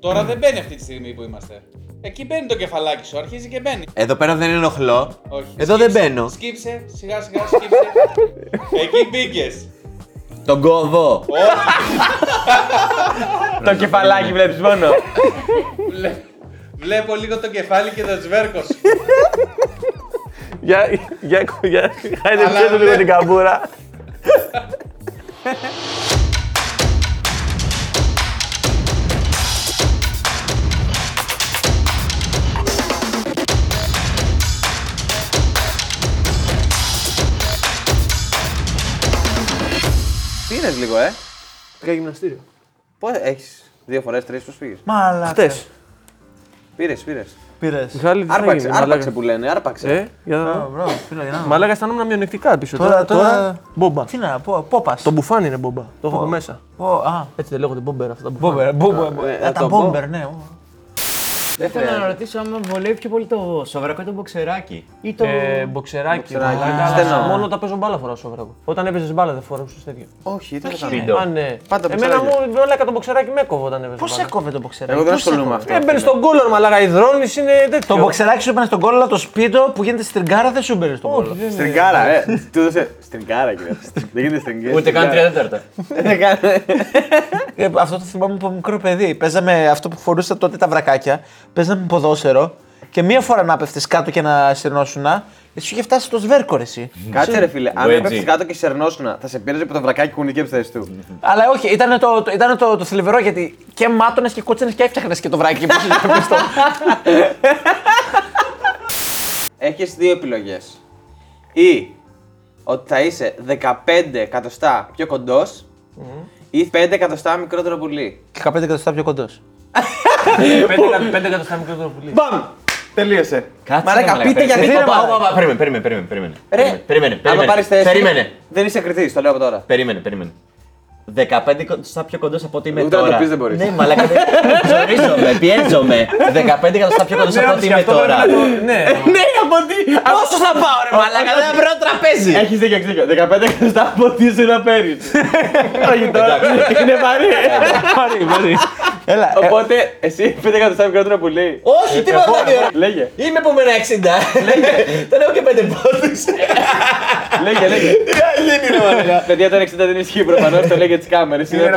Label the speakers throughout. Speaker 1: Τώρα δεν μπαίνει αυτή τη στιγμή που είμαστε. Εκεί μπαίνει το κεφαλάκι σου, αρχίζει και μπαίνει.
Speaker 2: Εδώ πέρα δεν ενοχλώ.
Speaker 1: Όχι.
Speaker 2: Εδώ δεν μπαίνω.
Speaker 1: Σκύψε, σιγά σιγά σκύψε. Εκεί μπήκες.
Speaker 2: Τον κόβω.
Speaker 3: Το κεφαλάκι βλέπεις μόνο.
Speaker 1: Βλέπω λίγο το κεφάλι και το τσβέρκο σου.
Speaker 3: Για, για, για, χάιδεψέ του λίγο
Speaker 1: βλέπω.
Speaker 3: την καμπούρα.
Speaker 2: Πήρε λίγο, ε.
Speaker 4: Πήγα γυμναστήριο.
Speaker 2: Πώ έχεις δύο φορές, τρεις πώ πήγε.
Speaker 5: Μαλάκα.
Speaker 4: Χτες.
Speaker 2: Πήρες, πήρες.
Speaker 5: Πήρες.
Speaker 4: Μιχάλη, τι θα
Speaker 2: Άρπαξε,
Speaker 4: γίνει,
Speaker 2: άρπαξε
Speaker 4: μαλάκα.
Speaker 2: που λένε, άρπαξε.
Speaker 4: Ε, για να...
Speaker 5: Μπράβο, φίλε, για να-
Speaker 4: Μαλάκα αισθανόμουν μειονεκτικά πίσω.
Speaker 5: Τώρα-
Speaker 4: Τώρα,
Speaker 5: τώρα-
Speaker 4: τώρα... Μπόμπα.
Speaker 5: Τι να πω, πόπα.
Speaker 4: Το μπουφάν είναι μπόμπα. Το έχω εδώ μέσα.
Speaker 5: Ω, Α,
Speaker 4: Έτσι δεν λέγονται μπόμπερα αυτά. τα μπουφάν.
Speaker 5: μπόμπερ,
Speaker 2: Ε,
Speaker 5: μπόμπερ.
Speaker 2: θα
Speaker 5: Α, Τα
Speaker 2: Ε, το Ε. πω.
Speaker 5: μπόμπερ, ναι. ω.
Speaker 2: Δεν
Speaker 6: Θέλω να
Speaker 2: χρειάζεται.
Speaker 6: ρωτήσω άμα βολεύει πιο πολύ το σοβρακό ή το μποξεράκι. Ή το.
Speaker 4: Ε, μποξεράκι.
Speaker 2: Μποξεράκι.
Speaker 4: μαλάκα, αλλά
Speaker 2: Στενό.
Speaker 4: Μόνο όταν παίζω μπάλα φοράω σόβρακο. Όταν έπαιζες μπάλα δεν φοράω τέτοιο.
Speaker 2: Όχι, δεν θα
Speaker 6: είναι.
Speaker 2: κάνω.
Speaker 6: Το.
Speaker 4: Α, ναι.
Speaker 2: Πάντα
Speaker 4: Εμένα
Speaker 2: μποξεράκι.
Speaker 4: μου μαλάκα το μποξεράκι με έκοβε όταν έπαιζε.
Speaker 5: Πώς
Speaker 4: μπάλα.
Speaker 5: έκοβε το μποξεράκι.
Speaker 2: Εγώ δεν
Speaker 5: πώς
Speaker 2: ασχολούμαι με
Speaker 5: έκοβε?
Speaker 2: αυτό.
Speaker 4: Έμπαινε στον κόλλον, μαλάκα. Η δρόνης είναι τέτοιο.
Speaker 5: Το μποξεράκι σου έπαιρνε στον κόλλο, αλλά το σπίτο που γίνεται στην τριγκάρα δεν σου έμπαιρε στον κόλλο.
Speaker 2: Στριγκάρα, ε. Του έδωσε. Στριγκάρα, κύριε. Δεν γίνεται στριγκάρα.
Speaker 6: Ούτε καν τρία τέταρτα.
Speaker 5: Ε, αυτό το θυμάμαι από μικρό παιδί. Παίζαμε αυτό που φορούσα τότε τα βρακάκια. Παίζαμε ποδόσφαιρο και μία φορά να πέφτεις κάτω και να συρνώσουν, εσύ σου είχε φτάσει στο σβέρκο ρε, εσύ.
Speaker 2: Κάτσε ρε φίλε, αν
Speaker 6: Wedgie.
Speaker 2: έπαιξε κάτω και σερνόσουνα, θα σε πήραζε που το βρακάκι κουνή και θέση του.
Speaker 5: Αλλά όχι, ήταν το, το, ήταν το, το θλιβερό γιατί και μάτωνες και κότσανε και έφτιαχνες και το βράκι που σου είχε στο.
Speaker 2: Έχεις δύο επιλογές. Ή ότι θα είσαι 15 εκατοστά πιο κοντός ή 5 εκατοστά μικρότερο πουλί.
Speaker 5: 15 εκατοστά πιο κοντός.
Speaker 4: 5 εκατοστά μικρότερο πουλί.
Speaker 2: Μπαμ! Τελείωσε.
Speaker 6: Κάτσε.
Speaker 2: Μαλάκα,
Speaker 6: ρε,
Speaker 2: πείτε γιατί
Speaker 6: Περίμενε,
Speaker 2: δεν
Speaker 6: όπα,
Speaker 2: πάει.
Speaker 6: όπα, όπα, Περίμενε, περίμενε, περίμενε. περίμενε.
Speaker 2: Ρε,
Speaker 6: Περίμενε, περίμενε.
Speaker 2: άμα πάρεις θέση.
Speaker 6: Περίμενε,
Speaker 2: Δεν είσαι κριτής, το λέω από τώρα.
Speaker 6: περίμενε, περίμενε. 15 κοντά πιο κοντό από ό,τι είμαι
Speaker 2: Ούτε να
Speaker 6: τώρα.
Speaker 2: το πεις δεν μπορείς.
Speaker 6: Ναι, μαλάκα. δεν- Ζορίζομαι, πιέζομαι. 15 κοντά πιο κοντό από ό,τι είμαι τώρα.
Speaker 4: Ναι,
Speaker 6: Ναι, από τι. Πόσο θα πάω, ρε μαλάκα. Δεν θα βρω τραπέζι.
Speaker 2: Έχεις δίκιο, έχεις δίκιο. 15 εκατοστά από τι σου να παίρνεις. Όχι τώρα. Είναι βαρύ.
Speaker 4: πάρει, πάρει.
Speaker 5: Έλα, ε,
Speaker 2: Οπότε εσύ 5 εκατοστά μικρότερο πουλί.
Speaker 6: Όχι, τι με βλέπει, ρε.
Speaker 2: Ε, Λέγε,
Speaker 6: Είμαι από μένα 60. Τον έχω και πέντε πόντους.
Speaker 2: λέγε, λέγε.
Speaker 6: Δεν είναι μαλάκα.
Speaker 2: Παιδιά, το 60 δεν ισχύει προφανώς, το λέγε τις κάμερες. Είναι
Speaker 5: ε,
Speaker 2: 57.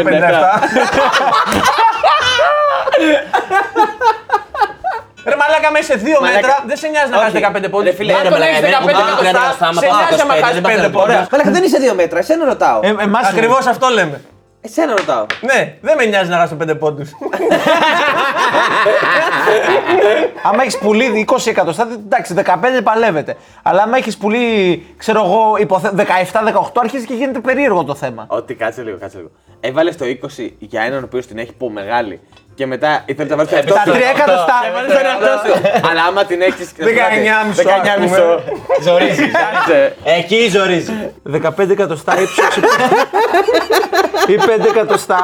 Speaker 4: Ρε μαλάκα μέσα σε 2
Speaker 2: Μαλάκα.
Speaker 4: μέτρα δεν σε νοιάζει να
Speaker 2: Όχι.
Speaker 4: χάσεις 15 πόντους.
Speaker 2: Ρε φίλε,
Speaker 4: Αν
Speaker 2: ρε
Speaker 4: τον
Speaker 6: μαλάκα,
Speaker 4: έχεις
Speaker 6: εμένα
Speaker 4: 15
Speaker 6: που κάνω 30
Speaker 4: εκατοστά,
Speaker 6: άμα
Speaker 4: σε
Speaker 6: πάω
Speaker 4: νοιάζει άμα
Speaker 6: 25,
Speaker 4: χάσει
Speaker 6: δεν πάω
Speaker 4: 5
Speaker 6: να
Speaker 4: πόντου.
Speaker 2: Μαλάκα, δεν είσαι δύο μέτρα, εσένα ρωτάω.
Speaker 5: ε, εμάς είναι.
Speaker 4: Ακριβώς αυτό λέμε.
Speaker 2: Εσένα ρωτάω.
Speaker 4: Ναι, δεν με νοιάζει να χάσω 5 πόντους.
Speaker 5: Άμα έχεις πουλί 20 εκατοστά, εντάξει, 15 παλεύεται. Αλλά άμα έχεις πουλί, ξέρω εγώ, υποθε... 17-18, αρχίζει και γίνεται περίεργο το θέμα.
Speaker 2: Ότι κάτσε λίγο, κάτσε λίγο. Έβαλες το 20 για έναν ο οποίος την έχει που μεγάλη. Και μετά ήθελε να βάλει
Speaker 6: Ε,
Speaker 2: το εαυτό
Speaker 5: Τα
Speaker 2: σου.
Speaker 5: 3 εκατοστά.
Speaker 2: Έβαλες τον εαυτό σου. Αλλά άμα την έχεις.
Speaker 4: 19,5,
Speaker 2: 19,5.
Speaker 6: Ζορίζει.
Speaker 2: Κάτσε.
Speaker 6: Εκεί ζορίζεις.
Speaker 5: 15 εκατοστά ύψος. ή 5 εκατοστά.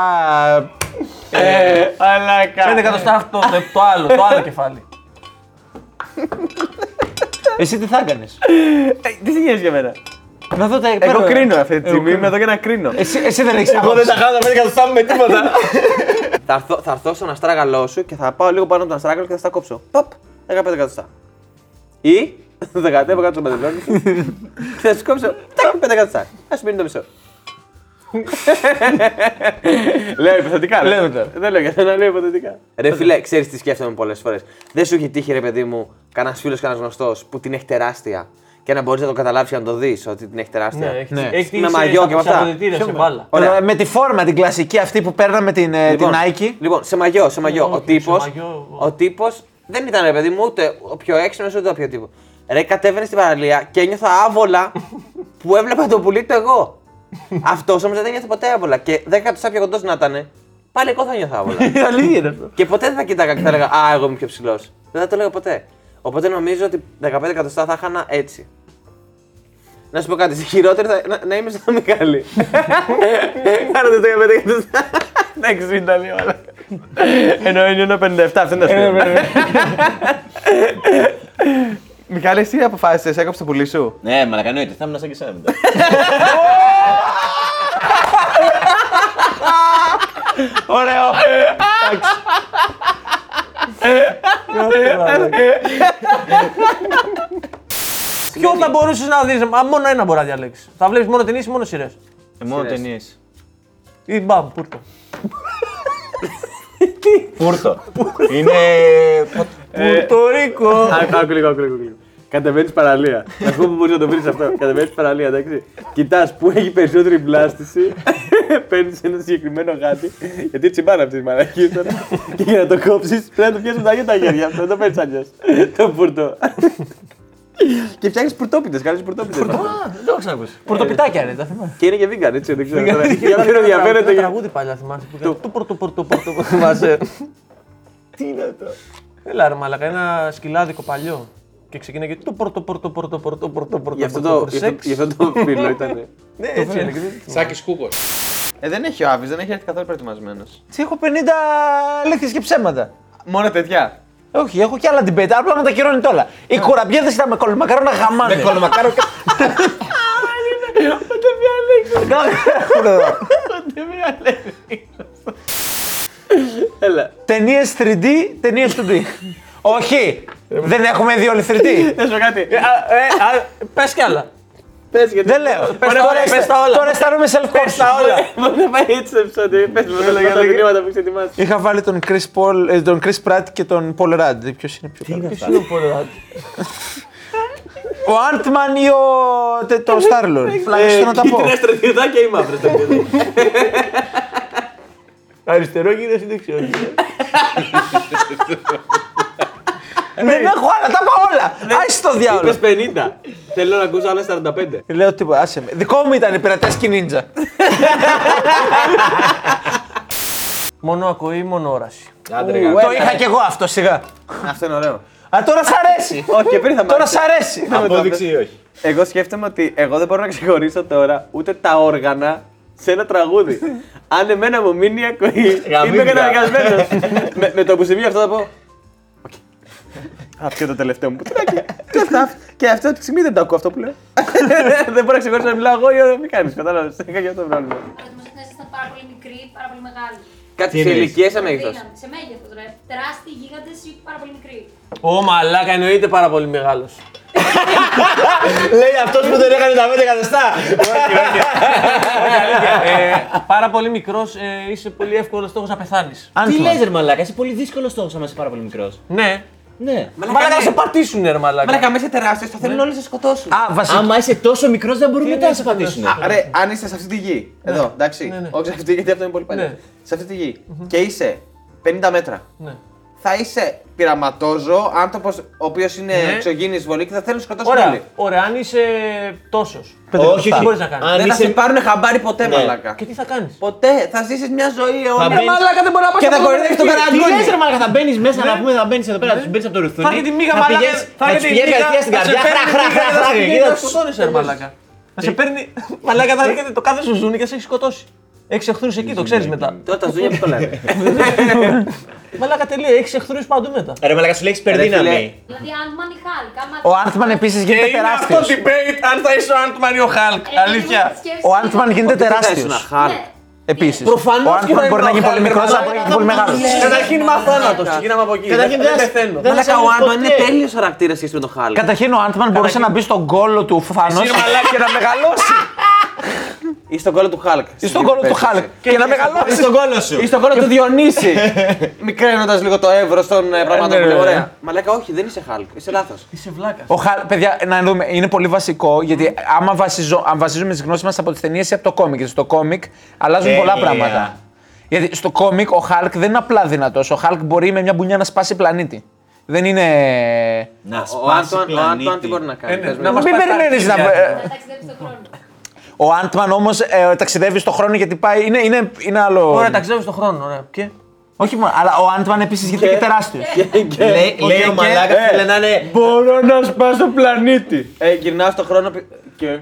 Speaker 2: Αλλά
Speaker 4: 5 εκατοστά αυτό, το- το άλλο, το άλλο κεφάλι.
Speaker 5: Εσύ τι θα έκανες.
Speaker 2: Τι Ε, σε νοιάζει για μένα.
Speaker 5: Να δω τα
Speaker 2: Εγώ
Speaker 5: πέρα.
Speaker 2: κρίνω αυτή τη στιγμή. Είμαι εδώ για να κρίνω.
Speaker 5: Εσύ, εσύ δεν έχεις Εγώ δεν τα χάνω, δεν εκατοστά με τίποτα.
Speaker 2: Θα έρθω, θα έρθω στον αστράγαλό σου και θα πάω λίγο πάνω από τον αστράγαλο και θα στα κόψω. Παπ, 15 εκατοστά. Ή θα κατέβω κάτω στο παντελόνι σου και θα σου κόψω. Τάκ, 5 εκατοστά. Ας σου μείνει το μισό. λέω υποθετικά. ρε.
Speaker 5: Λέμε τώρα.
Speaker 2: Δεν λέω για να λέω υποθετικά. Ρε φίλε, ξέρεις τι σκέφτομαι πολλές φορές. Δεν σου έχει τύχει, ρε παιδί μου, κανένας φίλος, κανένας γνωστός που την έχει τεράστια και να μπορείς να το καταλάβεις και να το δεις ότι την έχει τεράστια.
Speaker 5: Ναι.
Speaker 4: Έχεις τύχει
Speaker 2: Με
Speaker 4: σε-
Speaker 2: μαγιό και με
Speaker 4: σε
Speaker 2: αυτά.
Speaker 4: αποδητήρια, σε μπάλα.
Speaker 2: Ωραία.
Speaker 5: με τη φόρμα την κλασική αυτή που παίρναμε την, ε, την Nike.
Speaker 2: Λοιπόν, σε μαγιό, σε μαγιό.
Speaker 4: όχι,
Speaker 2: ο
Speaker 4: σε
Speaker 2: τύπος
Speaker 4: μαγιό, όχι.
Speaker 2: ο τύπος δεν ήταν ρε παιδί μου ούτε ο πιο έξυπνος ούτε ο πιο τύπος. Ρε, κατέβαινε στην παραλία και ένιωθα άβολα που έβλεπα το πουλί του εγώ. Αυτός όμως δεν ένιωθε ποτέ άβολα. Και 10 εκατοστά πιο κοντός να ήταν, πάλι εγώ θα νιώθω άβολα.
Speaker 5: Αλήθεια είναι αυτό.
Speaker 2: και ποτέ δεν θα κοίταγα και θα έλεγα Α, εγώ είμαι πιο ψηλός. Δεν θα το έλεγα ποτέ. Οπότε νομίζω ότι 15 εκατοστά θα χάνα έτσι. Να σου πω κάτι, στη χειρότερη θα, να, να είμαι σαν Μιχάλη. Κάνατε το 15 εκατοστά. Εντάξει, ήταν λίγο. αλλά- Ενώ είναι ένα 57, αυτό είναι αστείο. Μιχάλη, εσύ αποφάσισες, έκοψε το πουλί σου.
Speaker 6: Ναι, μαλάκα εννοείται. Θα ήμουν σαν και εσένα μετά.
Speaker 5: Ωραίο.
Speaker 4: Ποιος θα μπορούσε να δεις, μόνο ένα μπορεί να διαλέξει. Θα βλέπεις μόνο ταινίες ή μόνο σειρές.
Speaker 3: Ε, Μόνο ταινίες.
Speaker 4: Ή μπαμ, πούρτο.
Speaker 3: Πούρτο. Είναι.
Speaker 4: Πουρτορίκο.
Speaker 2: Άκου, άκου λίγο, άκου λίγο, άκου λίγο. Κατεβαίνεις παραλία. Να σου πω που μπορεί να το βρεις αυτό. Κατεβαίνεις παραλία, εντάξει. Κοιτάς που έχει περισσότερη μπλάστηση. Παίρνεις ένα συγκεκριμένο γάτι. Γιατί τσιμπάνε αυτέ τι μαλακίες τώρα. Και για να το κόψεις πρέπει να το πιάσεις με τα ίδια τα χέρια. Δεν το παίρνει αλλιώ. Το πουρτό. Και φτιάχνεις πουρτόπιτε, κάνει πουρτόπιτε.
Speaker 6: Δεν το έχω ξανακούσει.
Speaker 4: Πουρτοπιτάκια είναι, τα θυμάμαι.
Speaker 2: Και είναι και vegan, έτσι. Δεν ξέρω. τώρα. Για ποιον ενδιαφέρεται.
Speaker 4: Ένα
Speaker 2: για-
Speaker 4: τραγούδι παλιά θυμάσαι. που έκανε Το πορτο πορτο πορτο που θυμάσαι. Τι είναι αυτό. Έλα ρε μαλακα, ένα σκυλάδικο παλιό. Και ξεκινάει και το πορτο πορτο πορτο πορτο πορτο πορτο
Speaker 2: Γι' αυτό το-
Speaker 4: πορτο,
Speaker 2: γι' αυτό-
Speaker 4: σεξ.
Speaker 2: γι' αυτό το φίλο ήταν.
Speaker 5: Ε,
Speaker 4: Ναι, έτσι είναι. και δεν-
Speaker 1: Σάκης Κούκος.
Speaker 3: Ε, δεν έχει ο Άβης, δεν έχει έρθει καθόλου προετοιμασμένος.
Speaker 5: Τι έχω 50 λέξει και ψέματα.
Speaker 3: Μόνο τέτοια.
Speaker 5: Όχι, έχω και άλλα debate, απλά μου τα κυρώνει όλα. Οι κουραμπιέδες ήταν με κολομακάρονα γαμάνε. Με κολομακάρονα.
Speaker 2: Έλα.
Speaker 5: Ταινίες 3D, ταινίε 2D. Όχι, δεν έχουμε δει όλοι Ε, 3D.
Speaker 2: Να σου πω κάτι.
Speaker 4: Πες κι άλλα.
Speaker 2: Πες γιατί.
Speaker 5: Δεν λέω.
Speaker 4: Πες τα όλα, πες τα όλα.
Speaker 5: Τώρα αισθάνομαι self-conscious.
Speaker 2: Δεν πάει έτσι το επεισόδιο. Πες μου τα μηνύματα που έχει ετοιμάσει.
Speaker 5: Είχα βάλει τον Chris, Paul, ε, τον Chris Pratt και τον Paul Rudd. Ποιος είναι πιο καλό.
Speaker 4: Ποιος είναι ο Πολεράτη.
Speaker 5: Ο Ant-Man ή ο. τε- το Star-Lord. Φλαγιστό να τα πω.
Speaker 2: Κίτρινα στρατιωτάκια ή μαύρα στρατιωτάκια.
Speaker 4: Αριστερό γύρω ή δεξιό γύρω.
Speaker 5: Ε,
Speaker 2: Ναι.
Speaker 5: Δεν έχω άλλα, τα πάω όλα. Άσε το διάολο.
Speaker 2: Είπε 50. Θέλω να ακούσω άλλα 45.
Speaker 5: Ε, Λέω τίποτα, άσε με. Δικό μου ήταν οι πειρατές και οι νίντζα.
Speaker 4: Μόνο ακοή, μόνο όραση.
Speaker 5: Το είχα κι εγώ αυτό σιγά.
Speaker 3: Αυτό είναι ωραίο.
Speaker 5: Α, τώρα σ' αρέσει.
Speaker 2: Όχι, και πριν θα μ'
Speaker 5: Τώρα
Speaker 2: άρεσε.
Speaker 5: σ' αρέσει.
Speaker 6: Απόδειξη ή όχι.
Speaker 2: Εγώ σκέφτομαι ότι εγώ δεν μπορώ να ξεχωρίσω τώρα ούτε τα όργανα σε ένα τραγούδι. Αν εμένα μου μείνει η ακοή, είμαι
Speaker 6: Γαμίδια.
Speaker 2: καταναγκασμένο. με, με το που συμβεί αυτό θα πω. «Οκ. Αυτό είναι το τελευταίο μου πουτράκι. και, αυτά- και αυτό τη στιγμή δεν το ακούω αυτό που λέω. δεν μπορώ να ξεχωρίσω να μιλάω εγώ ή να μην κάνει. Κατάλαβε. Είχα και αυτό το πρόβλημα.
Speaker 7: Προετοιμαστείτε να ήσασταν πάρα πολύ μικροί, πάρα πολύ μεγάλοι.
Speaker 2: Κάτι
Speaker 6: Τι
Speaker 2: σε
Speaker 6: εννοείς?
Speaker 2: ηλικία σε μέγεθος.
Speaker 7: Δύναμη, σε μέγεθος ρε. Τεράστιοι γίγαντες ή πάρα πολύ μικροί.
Speaker 4: Ω μαλάκα, εννοείται πάρα πολύ μεγάλος.
Speaker 6: Λέει αυτός που δεν έκανε τα 5 εκατοστά.
Speaker 4: Ε, Πάρα πολύ μικρός, είσαι πολύ εύκολος στόχος να πεθάνεις.
Speaker 5: Ant-Man.
Speaker 6: Τι λες, ρε Μαλάκα, είσαι πολύ δύσκολος στόχος άμα είσαι πάρα πολύ μικρός.
Speaker 4: Ναι.
Speaker 6: Ναι.
Speaker 4: Μαλάκα να σε πατήσουν, ρε μαλάκα.
Speaker 1: Μαλάκα, μέσα τεράστιος, θα
Speaker 3: Ναι.
Speaker 1: θέλουν όλοι να σε σκοτώσουν.
Speaker 5: Α, βασικά.
Speaker 6: Άμα είσαι τόσο μικρός, δεν μπορούν μετά να σε πατήσουν.
Speaker 3: Ρε, αν είστε σε αυτή τη γη. Εδώ, εντάξει.
Speaker 4: Ναι, ναι.
Speaker 3: Όχι σε αυτή τη γη, γιατί αυτό είναι πολύ
Speaker 4: Ναι.
Speaker 3: παλιό. Σε αυτή τη γη. Και είσαι 50 μέτρα.
Speaker 4: Ναι.
Speaker 3: Θα είσαι πειραματόζωο, άνθρωπος ο οποίος είναι
Speaker 4: Ναι.
Speaker 3: εξωγήινης βολή και θα θέλουν να σκοτώσουν
Speaker 4: Ωραία,
Speaker 3: όλοι.
Speaker 4: ωραία, αν είσαι τόσος.
Speaker 6: Όχι,
Speaker 4: Τι
Speaker 6: όχι.
Speaker 4: μπορείς να κάνεις.
Speaker 6: Αν
Speaker 3: Δεν θα σε
Speaker 6: είσαι.
Speaker 3: πάρουν χαμπάρι ποτέ,
Speaker 6: Ναι.
Speaker 3: μαλάκα.
Speaker 4: Και τι θα κάνεις.
Speaker 3: Ποτέ θα ζήσεις μια ζωή αιώνια.
Speaker 6: μπαίνεις-
Speaker 4: Μαλάκα δεν μπορεί να πας.
Speaker 6: Ε,
Speaker 3: Και θα κοροϊδεύει τον
Speaker 6: Τι λες
Speaker 3: καραγκόνι.
Speaker 6: ρε μαλάκα, θα μπαίνεις μέσα να πούμε, θα μπαίνεις εδώ πέρα, θα μπαίνεις από το ρουθούνι.
Speaker 4: Θα έρχεται η μύγα,
Speaker 6: θα
Speaker 4: μαλάκα,
Speaker 6: πηγαίνεις-
Speaker 4: θα έρχεται η
Speaker 6: πηγαίνεις
Speaker 4: μύγα,
Speaker 6: κατευθείαν στην
Speaker 4: θα σε
Speaker 6: καρδιά.
Speaker 4: παίρνει
Speaker 6: Χραχ,
Speaker 4: η μύγα,
Speaker 6: χραχ,
Speaker 4: θα σε
Speaker 6: χραχ,
Speaker 4: πηγαίνει
Speaker 6: και
Speaker 4: να
Speaker 6: θα
Speaker 4: σε
Speaker 6: τους-
Speaker 4: σκοτώνεις, ρε μαλάκα. Να σε παίρνει. Μαλάκα
Speaker 6: Ε?
Speaker 4: θα έρχεται το κάθε σου ζούνι και θα σε έχει σκοτώσει. Έχει εχθρούς εκεί, το ξέρεις μετά.
Speaker 2: Τώρα τα ζώδια που το λένε.
Speaker 4: Μαλάκα τελεία, έχει εχθρούς παντού μετά.
Speaker 6: Ρε μαλάκα, σου λέει έχεις υπερδύναμη.
Speaker 7: Δηλαδή, Άντμαν ή Χάλκ.
Speaker 5: Ο Άντμαν επίσης γίνεται τεράστιος.
Speaker 4: debate αν θα είσαι ο Άντμαν ή ο Χαλκ.
Speaker 7: Ε,
Speaker 5: Ο Άντμαν γίνεται
Speaker 7: Ναι.
Speaker 5: τεράστιο. Επίσης.
Speaker 4: Προφανώς
Speaker 5: Ο
Speaker 4: και θα
Speaker 5: Άντμαν μπορεί να
Speaker 4: είναι
Speaker 5: γίνει
Speaker 4: ο
Speaker 5: πολύ μικρό,
Speaker 4: Hulk,
Speaker 5: αλλά μπορεί να γίνει πολύ μεγάλος.
Speaker 4: Καταρχήν είμαι αθάνατος. Ξεκινάμε από εκεί.
Speaker 6: Καταρχήν
Speaker 4: Δεν
Speaker 6: δεν-
Speaker 4: πεθαίνω.
Speaker 6: δεν-
Speaker 2: Μαλάκα,
Speaker 6: σε
Speaker 2: ο
Speaker 6: άκουσα
Speaker 2: Άντμαν είναι
Speaker 6: ποτέ.
Speaker 2: τέλειος χαρακτήρας σχέση με τον Χάλκ.
Speaker 5: Καταρχήν ο Άντμαν μπορούσε να μπει στον κόλο του φανώ
Speaker 4: Εσύ, ρε μαλάκα.
Speaker 5: και να μεγαλώσει.
Speaker 2: Ή στον κόλλο του Χάλκ.
Speaker 5: Ή στον κόλο του Χάλκ. Και να μεγαλώσει.
Speaker 6: Στον κόλο σου.
Speaker 2: Ή στον κόλλο του Διονύση. Μικραίνοντας λίγο το εύρος των ε, πραγμάτων που λέω. Ωραία. Μαλάκα, όχι, δεν είσαι Χάλκ. Είσαι λάθος.
Speaker 4: Είσαι βλάκας.
Speaker 5: Ο Χαλ, παιδιά, να δούμε, είναι πολύ βασικό γιατί άμα βασιζο, αν βασίζουμε τις γνώσεις μας από τις ταινίες ή από το κόμικ, γιατί στο κόμικ αλλάζουν πολλά
Speaker 6: Τέλεια.
Speaker 5: πράγματα.
Speaker 6: ναι.
Speaker 5: Γιατί στο κόμικ ο Χαλκ δεν είναι απλά δυνατός. Ο Χαλκ μπορεί με μια μπουνιά να σπάσει πλανήτη. Δεν είναι.
Speaker 6: Να
Speaker 2: Ο
Speaker 6: σπάσει
Speaker 2: Άντμαν, ο
Speaker 6: πλανήτη.
Speaker 2: Άντμαν τι μπορεί να κάνει. πες μου.
Speaker 4: να μας
Speaker 5: Μην
Speaker 4: πας τα
Speaker 5: περιμένει να.
Speaker 4: αρχίδια.
Speaker 5: ε,
Speaker 7: Να ταξιδέψει τον χρόνο.
Speaker 5: Ο Άντμαν όμω ταξιδεύει στον ε, χρόνο γιατί πάει. Είναι, είναι, είναι άλλο.
Speaker 4: Ωραία, ταξιδεύει στον χρόνο. Ωραία. Και.
Speaker 5: Όχι μόνο, αλλά ο Άντμαν επίσης γίνεται και τεράστιο.
Speaker 6: Λέει- Λέει ο μαλάκα,
Speaker 5: Ε.
Speaker 6: θέλει να είναι.
Speaker 2: Μπορώ να σπάσω πλανήτη. Ε, γυρνάω στον χρόνο πι- και.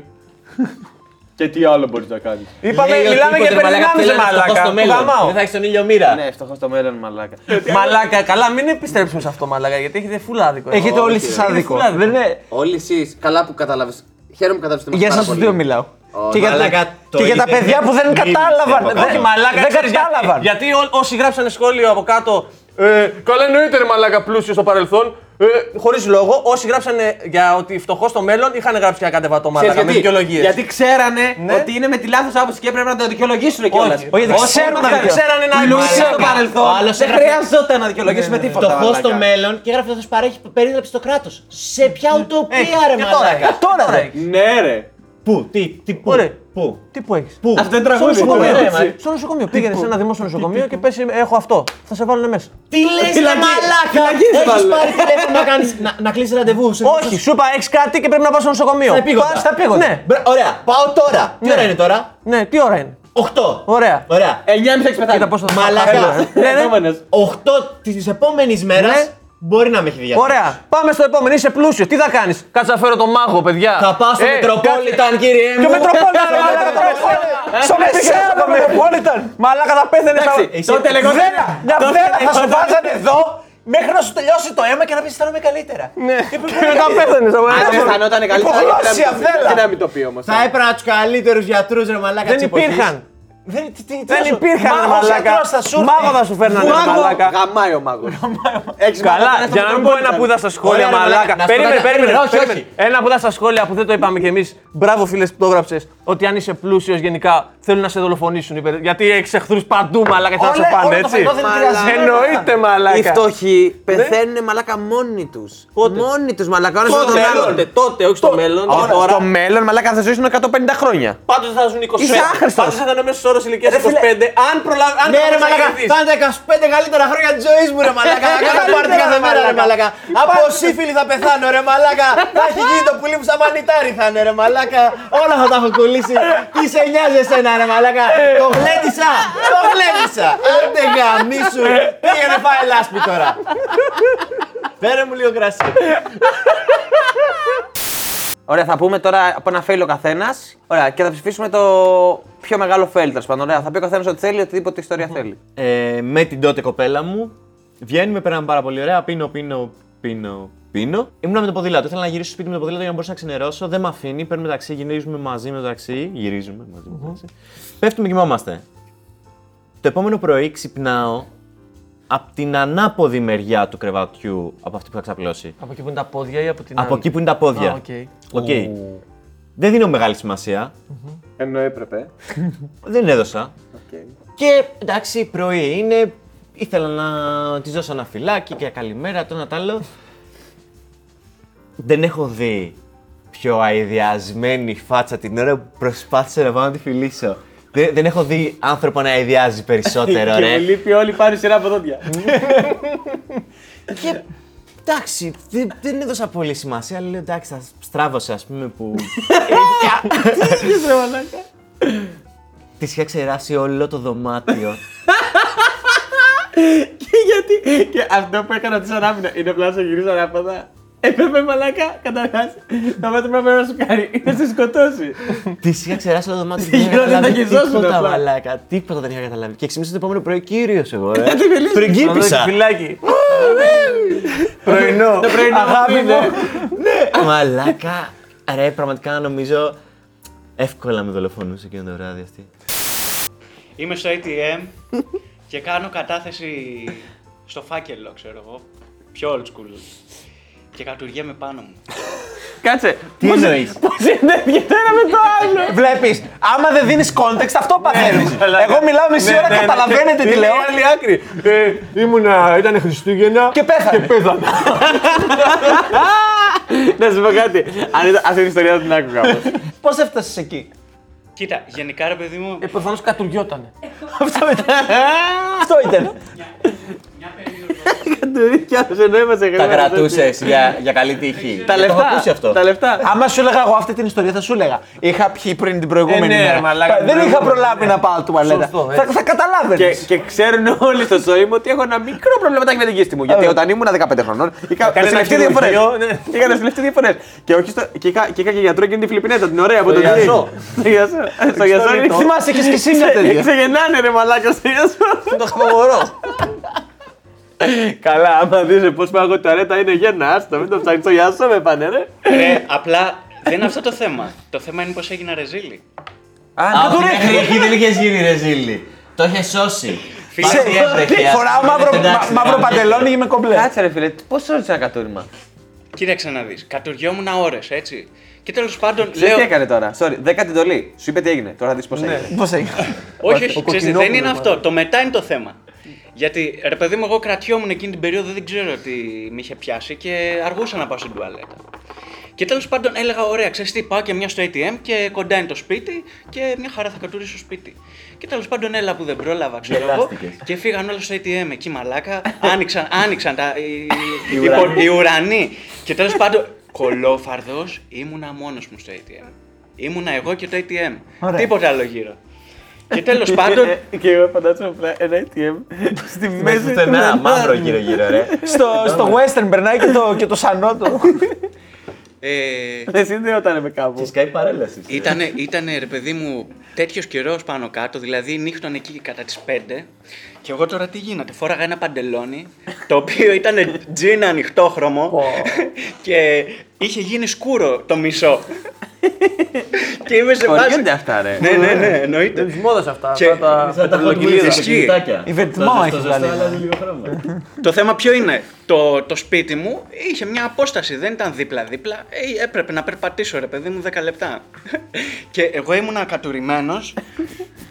Speaker 2: Και τι άλλο μπορείς να κάνεις.
Speaker 5: Είπαμε,
Speaker 6: λέει
Speaker 5: Ε, μιλάμε για
Speaker 6: οτιδήποτε, μαλάκα,
Speaker 5: περδυνάμει,
Speaker 6: θέλει να είναι φτωχός
Speaker 5: μαλάκα.
Speaker 6: στο μέλλον.
Speaker 5: Γαμάω.
Speaker 6: Δεν θα έχεις τον ήλιο μοίρα.
Speaker 2: Ναι, φτωχό στο μέλλον, μαλάκα.
Speaker 4: Μαλάκα, καλά, μην επιστρέψουμε σε αυτό, μαλάκα, γιατί έχετε φούλα άδικο.
Speaker 5: Έχετε όλοι
Speaker 2: Όχι,
Speaker 5: εσεί
Speaker 2: ρε.
Speaker 5: άδικο.
Speaker 4: Είναι full άδικο.
Speaker 5: Δεν είναι-
Speaker 2: Όλοι εσείς, καλά που κατάλαβε. Χαίρομαι που κατάλαβε.
Speaker 5: Για εσάς του δύο μιλάω. Και για, τα-
Speaker 6: μαλάκα, το
Speaker 5: και για τα
Speaker 6: είδε.
Speaker 5: παιδιά που δεν
Speaker 6: Μίλησε,
Speaker 5: κατάλαβαν.
Speaker 6: είπα
Speaker 5: Δεν,
Speaker 6: κάτι.
Speaker 4: Μαλάκα,
Speaker 5: δεν
Speaker 4: ξέρεις,
Speaker 5: κατάλαβαν.
Speaker 4: Γιατί ό- όσοι γράψανε σχόλιο από κάτω Ε, καλά εννοείται ρε μαλάκα πλούσιος στο παρελθόν. Ε, Χωρίς λόγο, όσοι γράψανε για ότι φτωχός στο μέλλον είχαν γράψει για κατεβατό μαλάκα με
Speaker 2: γιατί,
Speaker 4: δικαιολογίες.
Speaker 2: γιατί ξέρανε
Speaker 4: Ναι.
Speaker 2: ότι είναι με τη λάθος άποψη και έπρεπε να το δικαιολογήσουν κιόλας.
Speaker 8: όχι, γιατί ξέρουν να δικαιολογήσουν.
Speaker 2: Ξέρανε να
Speaker 5: Μαλάκα.
Speaker 2: πλούσιο στο
Speaker 5: Ο
Speaker 2: παρελθόν.
Speaker 5: άλλος
Speaker 2: Δεν
Speaker 5: έγραφε-
Speaker 2: χρειαζόταν να δικαιολογήσουμε τίποτα.
Speaker 5: Φτωχός ναι. στο
Speaker 2: μαλάκα.
Speaker 5: μέλλον και έγραφε ότι παρέχει περίγραψη το κράτος. Σε ποια ουτοπία ρε μαλάκα.
Speaker 8: Τώρα ρε.
Speaker 2: Ναι, ρε.
Speaker 5: Πού, τι, τι, πού,
Speaker 4: Ωραία.
Speaker 5: πού,
Speaker 4: Τι που έχεις.
Speaker 5: πού.
Speaker 2: Αυτό είναι τραγούδι.
Speaker 5: Στο νοσοκομείο,
Speaker 2: ναι,
Speaker 5: ρε, μα-
Speaker 4: Στο νοσοκομείο. Πήγαινε σε ένα δημόσιο νοσοκομείο και πέσει, έχω αυτό. Θα σε βάλουν μέσα.
Speaker 5: Τι λες ρε
Speaker 2: Φυλακή.
Speaker 5: μαλάκα.
Speaker 2: Φυλακή σε
Speaker 5: Έχεις
Speaker 2: βάλω.
Speaker 5: πάρει τηλέφωνο να κάνεις, να- να κλείσεις ραντεβού. σε-
Speaker 4: Όχι, σου είπα, έχεις κάτι και πρέπει να πας στο νοσοκομείο.
Speaker 5: Στα επίγοντα.
Speaker 4: Πας στα επίγοντα. Ναι.
Speaker 5: Μπρα- Ωραία, πάω τώρα. Τι
Speaker 4: Ναι.
Speaker 5: ώρα είναι τώρα,
Speaker 4: ναι, τι ώρα είναι.
Speaker 5: 8.
Speaker 4: Ωραία.
Speaker 5: Ωραία.
Speaker 2: 9,5 6 πετάει.
Speaker 4: Κοίτα πώς το
Speaker 2: ε.
Speaker 5: Μαλάκα.
Speaker 4: Ναι, ναι.
Speaker 2: Επόμενος.
Speaker 5: 8 της επόμενης μέρας
Speaker 4: Ναι.
Speaker 5: μπορεί να με έχει διαβάσει.
Speaker 4: Ωραία. Πάμε στο επόμενο. Είσαι πλούσιος. Τι θα κάνεις. Κάτσε να φέρω τον μάγο, παιδιά.
Speaker 5: Θα πάω στο
Speaker 4: Ε,
Speaker 5: Μετροπόλιταν, κύριε
Speaker 4: Και
Speaker 5: μου.
Speaker 4: ο Μετροπόλιταν, ρε μαλάκα, το Μετροπόλιταν. Στο μεσαίο το Μετροπόλιταν. Μαλάκα θα πέθανε.
Speaker 5: εσύ-
Speaker 2: Τότε λεγόταν.
Speaker 8: Βέρα, μια βέρα θα σου βάζανε εδώ μέχρι να σου τελειώσει το αίμα και να πει αισθάνομαι καλύτερα.
Speaker 4: Ναι. Και μετά πέθανε.
Speaker 2: Αν αισθανόταν καλύτερα. γιατί να μην-
Speaker 8: Υποχρώσια, βέλα.
Speaker 2: γιατί να μην το πει όμω.
Speaker 5: Θα έπαιρνα του καλύτερου γιατρού, ρε μαλάκα.
Speaker 4: Δεν
Speaker 5: της εποχής.
Speaker 4: υπήρχαν.
Speaker 8: Δεν, τι, τι, τι να
Speaker 4: Δεν
Speaker 8: σου-
Speaker 4: υπήρχαν ρε
Speaker 8: Μάγος
Speaker 4: μαλάκα.
Speaker 8: γιατρός θα σου έρθει.
Speaker 4: Μάγος θα σου φέρνανε ρε μαλάκα.
Speaker 2: Γαμάει ο μάγος.
Speaker 4: Καλά, για να μην πω ένα που είδα στα σχόλια,
Speaker 5: Ωραία, ρε,
Speaker 4: μαλάκα.
Speaker 5: μαλάκα. Να σου πω
Speaker 4: Περίμενε,
Speaker 5: κάτι.
Speaker 4: περίμενε.
Speaker 5: Όχι, όχι.
Speaker 4: περίμενε. Ένα που είδα στα σχόλια που δεν το είπαμε κι εμείς. Μπράβο, φίλες που το έγραψες. Ότι αν είσαι πλούσιος, γενικά θέλουν να σε δολοφονήσουν. οι περι- Γιατί έχει εχθρού παντού, μαλάκα, και θα
Speaker 8: Όλε-
Speaker 4: σου πάνε
Speaker 8: όλο το
Speaker 4: έτσι.
Speaker 8: φαγητό δεν επηρεάζει.
Speaker 4: Εννοείται, μαλάκα.
Speaker 2: Οι φτωχοί πεθαίνουν μαλάκα μόνοι τους. Μόνοι τους μαλάκα. Όλα
Speaker 4: Τότε.
Speaker 2: τότε, τότε, όχι στο μέλλον.
Speaker 4: Τώρα.
Speaker 2: Τώρα. Στο μέλλον μαλάκα θα ζήσουν 150 χρόνια.
Speaker 4: Πάντως θα ζουν 25.
Speaker 2: Είσαι άχρηστος.
Speaker 4: Πάντως θα ήταν μέσος όρος ηλικίας 25. Αν προλάβει. Αν
Speaker 5: Ναι, ρε
Speaker 4: προλάβεις να
Speaker 5: μαλάκα.
Speaker 4: γεννηθείς.
Speaker 5: Θα είναι τα 25 καλύτερα χρόνια της ζωής μου, ρε μαλάκα. Θα κάνω πάρτι κάθε μέρα, ρε μαλάκα. Από σύφυλλη θα πεθάνω, ρε μαλάκα. Θα έχει γίνει το πουλί μου σαν μανιτάρι θα είναι, ρε μαλάκα. Όλα θα τα έχω κολλήσει. Τι σε νοιάζει εσένα, ρε μαλάκα. Το γλέντισα. Το γλέντισα. Άντε γαμίσου. Πήγαινε φάει λάσπη τώρα. Φέρε μου λίγο κρασί.
Speaker 2: Ωραία, θα πούμε τώρα από ένα fail ο καθένας. Ωραία, και θα ψηφίσουμε το πιο μεγάλο fail. τέλος πάντων. Ωραία, θα πει ο καθένας ό,τι θέλει, οτιδήποτε ιστορία θέλει.
Speaker 5: ε, με την τότε κοπέλα μου. Βγαίνουμε, περνάμε πάρα πολύ ωραία. Πίνω, πίνω, πίνω, πίνω. Ήμουνα με το ποδήλατο. Ήθελα να γυρίσω σπίτι με το ποδήλατο για να μπορούσα να ξενερώσω. Δεν με αφήνει. Παίρνουμε ταξί, γυρίζουμε μαζί με το ταξί. Γυρίζουμε μαζί με το ταξί. Πέφτουμε, κοιμόμαστε. Το επόμενο πρωί ξυπνάω από την ανάποδη μεριά του κρεβατιού από αυτή που θα ξαπλώσει.
Speaker 4: Από εκεί που είναι τα πόδια ή από την.
Speaker 5: Από
Speaker 4: άλλη.
Speaker 5: εκεί που είναι τα πόδια.
Speaker 4: Α, οκ.
Speaker 5: Οκ. Δεν δίνω μεγάλη σημασία.
Speaker 2: Ενώ έπρεπε.
Speaker 5: Δεν έδωσα. Και εντάξει, πρωί είναι. Ήθελα να τη δώσω ένα φυλάκι και καλημέρα, το ένα τ' άλλο. Δεν έχω δει πιο αειδιασμένη φάτσα την ώρα που προσπάθησα να πάω να τη φιλήσω. Δεν, δεν έχω δει άνθρωπο να αειδιάζει περισσότερο, ρε.
Speaker 2: λείπει όλοι πάρει σειρά από δόντια.
Speaker 5: και εντάξει, δεν, δεν έδωσα πολύ σημασία, αλλά λέω εντάξει, θα στράβωσε, ας πούμε, που. Τι είχα ξεράσει όλο το δωμάτιο.
Speaker 2: Γιατί και αυτό που έκανα τη ανάμεινα είναι απλά σε γυρίζω ανάποδα. Έπρεπε ε, μαλάκα, καταρχάς. Το μέτρο πρέπει να σου κάνει. Είναι σε σκοτώσει.
Speaker 5: Τη είχα ξεράσει όλο το μάτι δεν
Speaker 2: Στην
Speaker 5: είχα
Speaker 2: κοινότητα
Speaker 5: καταλάβει
Speaker 2: και ζώσουν
Speaker 5: τίποτα,
Speaker 2: απλά.
Speaker 5: μαλάκα. Τίποτα δεν είχα καταλάβει. Και ξύπνησα το επόμενο πρωί, κύριος εγώ. Ε.
Speaker 2: μιλήσεις.
Speaker 5: Πριγκίπισσα.
Speaker 4: Φυλάκι.
Speaker 5: Πρωινό.
Speaker 2: Το πρωινό αγάπη μου.
Speaker 5: Μαλάκα. Ρε, πραγματικά νομίζω εύκολα με δολοφονούσε εκείνο το βράδυ αυτή.
Speaker 1: Είμαι στο ATM και κάνω κατάθεση στο φάκελο, ξέρω εγώ. Πιο old school. Και κατουργέμαι πάνω μου.
Speaker 2: Κάτσε.
Speaker 5: Τι εννοεί.
Speaker 8: Βλέπεις, άμα δεν δίνεις context, αυτό παθαίνεις.
Speaker 4: Ναι,
Speaker 8: Εγώ μιλάω μισή ώρα, καταλαβαίνετε τι λέω.
Speaker 4: Είναι η άλλη άκρη. Ε, ήμουνα, ήταν Χριστούγεννα
Speaker 8: Και πέθανε.
Speaker 2: Να σου πω κάτι. Αν ήταν- Αυτή την ιστορία δεν την άκουγα. όμως.
Speaker 8: Πώς έφτασες εκεί.
Speaker 1: Κοίτα, γενικά ρε παιδί μου,
Speaker 4: Ε, Προφανώς κατουργιότανε.
Speaker 8: Αυτό ήταν.
Speaker 2: Καντουρί κι άλλος, ενώ είμαστε
Speaker 5: Τα
Speaker 2: γρήγορα.
Speaker 5: κρατούσες για, για καλή τύχη.
Speaker 2: Τα
Speaker 5: Το έχω ακούσει
Speaker 2: λεφτά.
Speaker 5: αυτό.
Speaker 2: Τα λεφτά.
Speaker 8: Άμα σου έλεγα εγώ αυτή την ιστορία, θα σου έλεγα. Είχα πιει πριν την
Speaker 4: Ε,
Speaker 8: προηγούμενη
Speaker 4: ναι, ρε,
Speaker 8: μέρα.
Speaker 4: μαλάκα, την
Speaker 8: Δεν είχα
Speaker 4: προηγούμενη.
Speaker 8: προλάβει να πάω τουαλέτα.
Speaker 4: Σωστό,
Speaker 8: Θα,
Speaker 4: έτσι.
Speaker 8: θα
Speaker 2: Και,
Speaker 8: καταλάβαινες.
Speaker 2: και ξέρουν όλοι στο ζωή μου ότι έχω ένα μικρό προβληματάκι με την κίστη μου. Γιατί
Speaker 8: Ωραία.
Speaker 2: όταν ήμουν 15 χρονών είχα
Speaker 4: Έκανε ένα
Speaker 2: νοσηλευτεί δύο φορέ.
Speaker 4: χειρουργείο, ναι.
Speaker 2: Είχα νοσηλευτεί δύο φορές. Και, όχι στο... και, είχα, και είχα και γιατρό εκείνη τη Φιλιππινέτα, την ωραία από τον
Speaker 4: Γιασό.
Speaker 2: Γιασό. Στο Γιασό. ε, Στο Γιασό. είναι-
Speaker 8: Θυμάσαι, είχε και εσύ μια
Speaker 2: Ξε-
Speaker 8: τέτοια.
Speaker 2: Ξεγεννάνε ρε μαλάκα στο Γιασό.
Speaker 8: Το χαμογορό.
Speaker 2: Καλά, άμα δεις πώ πάω εγώ τουαλέτα είναι γένα. Άστα, μην το ψάχνει το Γιασό με πάνε ρε.
Speaker 1: ρε, απλά δεν είναι αυτό το θέμα. Το θέμα είναι πως έγινα ρεζίλη.
Speaker 5: Α, μέχρι εκεί δεν είχε γίνει ρεζίλη. Το είχε σώσει.
Speaker 9: Φίλε,
Speaker 5: Σε-
Speaker 9: τι έπρεπε.
Speaker 5: Φοράω μαύρο, μα- μαύρο παντελόνι και είμαι κομπλέ.
Speaker 2: Κάτσε ρε φίλε, πόσο ώρες ένα κατούριμα.
Speaker 9: Κοίταξε να δεις. Κατουργιόμουν ώρε, έτσι. Και τέλος πάντων
Speaker 2: Λέω... Ναι.
Speaker 9: λέω.
Speaker 2: Τι έκανε τώρα, sorry, δέκα την τολή. Σου είπε τι έγινε, τώρα θα δεις πώς έγινε.
Speaker 5: Πώς έγινε.
Speaker 9: Όχι, όχι, ξέρεις, δεν είναι
Speaker 4: κοκκινόπουλος,
Speaker 9: αυτό. Το μετά είναι το θέμα. Γιατί ρε παιδί μου, εγώ κρατιόμουν εκείνη την περίοδο, δεν ξέρω τι με είχε πιάσει και αργούσα να πάω στην τουαλέτα. Και τέλος πάντων έλεγα: Ωραία, ξέρεις τι, πάω και μια στο ATM και κοντά είναι το σπίτι και μια χαρά θα κατουρίσω στο σπίτι. Και τέλος πάντων έλα που δεν πρόλαβα, ξέρω εγώ. Και φύγαν όλα στο ATM εκεί μαλάκα. Άνοιξαν, άνοιξαν τα, οι, οι- οι, πο- οι ουρανοί. Και τέλος πάντων, κολόφαρδος ήμουνα μόνος μου στο ATM. Ήμουνα εγώ και το ATM.
Speaker 5: Ωραία.
Speaker 9: Τίποτα άλλο γύρω. Και τέλος πάντων,
Speaker 2: Και εγώ φαντάζομαι απλά ένα ATM στη μέση
Speaker 6: Μέση
Speaker 5: Ναι,
Speaker 6: ένα μαύρο γύρω-γύρω, ρε.
Speaker 5: στο, στο western περνάει και το, και το σανό του.
Speaker 9: ε,
Speaker 2: Δεν συνδέονταν με κάπου.
Speaker 6: Σκάει παρέλαση.
Speaker 9: ήτανε, ήτανε, ρε παιδί μου τέτοιος καιρός πάνω κάτω, δηλαδή νύχτων εκεί κατά τις 5. Και εγώ τώρα τι γίνεται, φόραγα ένα παντελόνι το οποίο ήταν τζιν ανοιχτόχρωμο και είχε γίνει σκούρο το μισό. και είμαι σε φάση.
Speaker 2: Χωριούνται αυτά ρε.
Speaker 9: ναι, ναι, ναι, εννοείται.
Speaker 4: Είναι τη μόδα αυτά.
Speaker 9: Και-
Speaker 4: αυτά τα-
Speaker 6: Σαν τα
Speaker 9: Ισχύει.
Speaker 6: χορτουλίδα, τα κινητάκια.
Speaker 5: Η Βερτιμό
Speaker 6: Το ζεστό,
Speaker 5: έχει
Speaker 6: ζεστό,
Speaker 5: δηλαδή.
Speaker 6: αλλάζει λίγο χρώμα.
Speaker 9: Το θέμα ποιο είναι. Το, το σπίτι μου είχε μια απόσταση, δεν ήταν δίπλα-δίπλα. Ε, έπρεπε να περπατήσω, ρε παιδί μου, 10 λεπτά. Και εγώ ήμουνα κατουρημένο,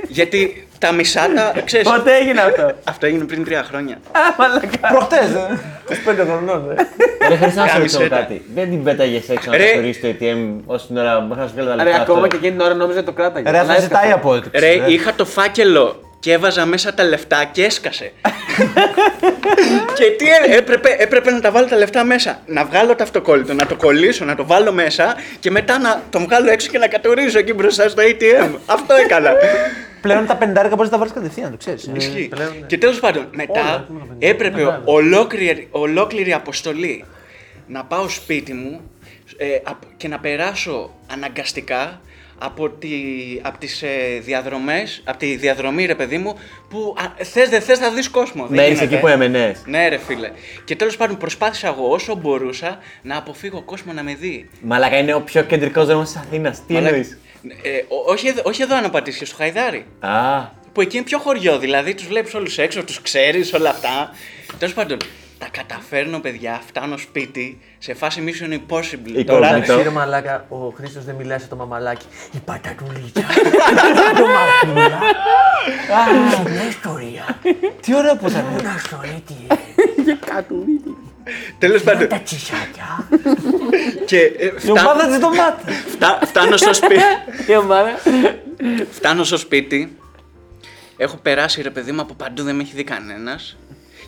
Speaker 9: γιατί τα μισά τα. Ξέρεις,
Speaker 2: Πότε έγινε αυτό.
Speaker 9: Αυτό έγινε πριν τρία χρόνια.
Speaker 5: Προχτέ, δεν.
Speaker 4: ε.
Speaker 6: Ρε Χρυσά, να σε
Speaker 9: Κάμισε
Speaker 6: ρωτήσω
Speaker 9: τα.
Speaker 6: κάτι. Δεν την πέταγες έξω να
Speaker 9: Ρε.
Speaker 6: καθορίσει το ATM όσο την ώρα μπορείς να σου βγάλεις τα λεφτά.
Speaker 2: Ρε
Speaker 6: αυτό.
Speaker 2: ακόμα και εκείνη την ώρα νόμιζα το κράταγε.
Speaker 5: Ρε,
Speaker 2: Να
Speaker 5: θα ζητάει
Speaker 2: έσκαφε.
Speaker 5: απόδειξη.
Speaker 9: Ρε, είχα το φάκελο και έβαζα μέσα τα λεφτά και έσκασε. και τι έ- έπρεπε, έπρεπε να τα βάλω τα λεφτά μέσα. Να βγάλω το αυτοκόλλητο, να το κολλήσω, να το βάλω μέσα και μετά να τον βγάλω έξω και να κατουρίζω εκεί μπροστά στο ATM. Αυτό έκανα.
Speaker 5: Πλέον τα πεντάρικα μπορείς να τα βάλεις κατευθείαν, το ξέρει.
Speaker 9: Ισχύει.
Speaker 4: πλέον, ναι.
Speaker 9: Και τέλος πάντων, μετά
Speaker 4: Όλα, όλα, παιδιά.
Speaker 9: έπρεπε
Speaker 4: Κατάλαβα.
Speaker 9: ολόκληρη, ολόκληρη αποστολή να πάω σπίτι μου ε, απ- και να περάσω αναγκαστικά από, τη, από τις ε, διαδρομές, από τη διαδρομή ρε παιδί μου, που α, θες δεν θες θα δεις κόσμο. Δεν
Speaker 6: Μένεις
Speaker 9: γίνεται.
Speaker 6: Ναι, εκεί που έμενες.
Speaker 9: Ναι ρε φίλε. Και τέλος πάντων προσπάθησα εγώ όσο μπορούσα να αποφύγω κόσμο να με δει.
Speaker 6: Μαλάκα είναι ο πιο κεντρικός δρόμος της Αθήνας. Τι
Speaker 9: Αλλά-
Speaker 6: εννοείς.
Speaker 9: Ε, ό- όχι, εδώ- όχι εδώ αναπατήσει, στο Χαϊδάρι.
Speaker 6: Α,
Speaker 9: που εκεί είναι πιο χωριό. Δηλαδή τους βλέπεις όλους έξω, τους ξέρεις όλα αυτά. Τέλος πάντων, τα καταφέρνω, παιδιά. Φτάνω σπίτι σε φάση Mission Impossible. Τώρα,
Speaker 6: Incognito.
Speaker 4: Εντάξει, ρε μαλάκα, ο Χρήστος δεν μιλάει σε το μαμαλάκι. Η πατατούλιτσα. Το μαμούλα. Α, μια ιστορία.
Speaker 5: Τι ωραία που ήταν.
Speaker 4: Ένα σωρέτι.
Speaker 9: τέλο πάντων.
Speaker 4: Τα τσισάκια.
Speaker 9: και ε,
Speaker 5: Η
Speaker 9: φτα-
Speaker 5: ομάδα τη ντομάτα.
Speaker 9: φτα- φτάνω στο σπίτι.
Speaker 2: Η ομάδα.
Speaker 9: φτάνω στο σπίτι. Έχω περάσει ρε παιδί μου από παντού, δεν με έχει δει κανένας.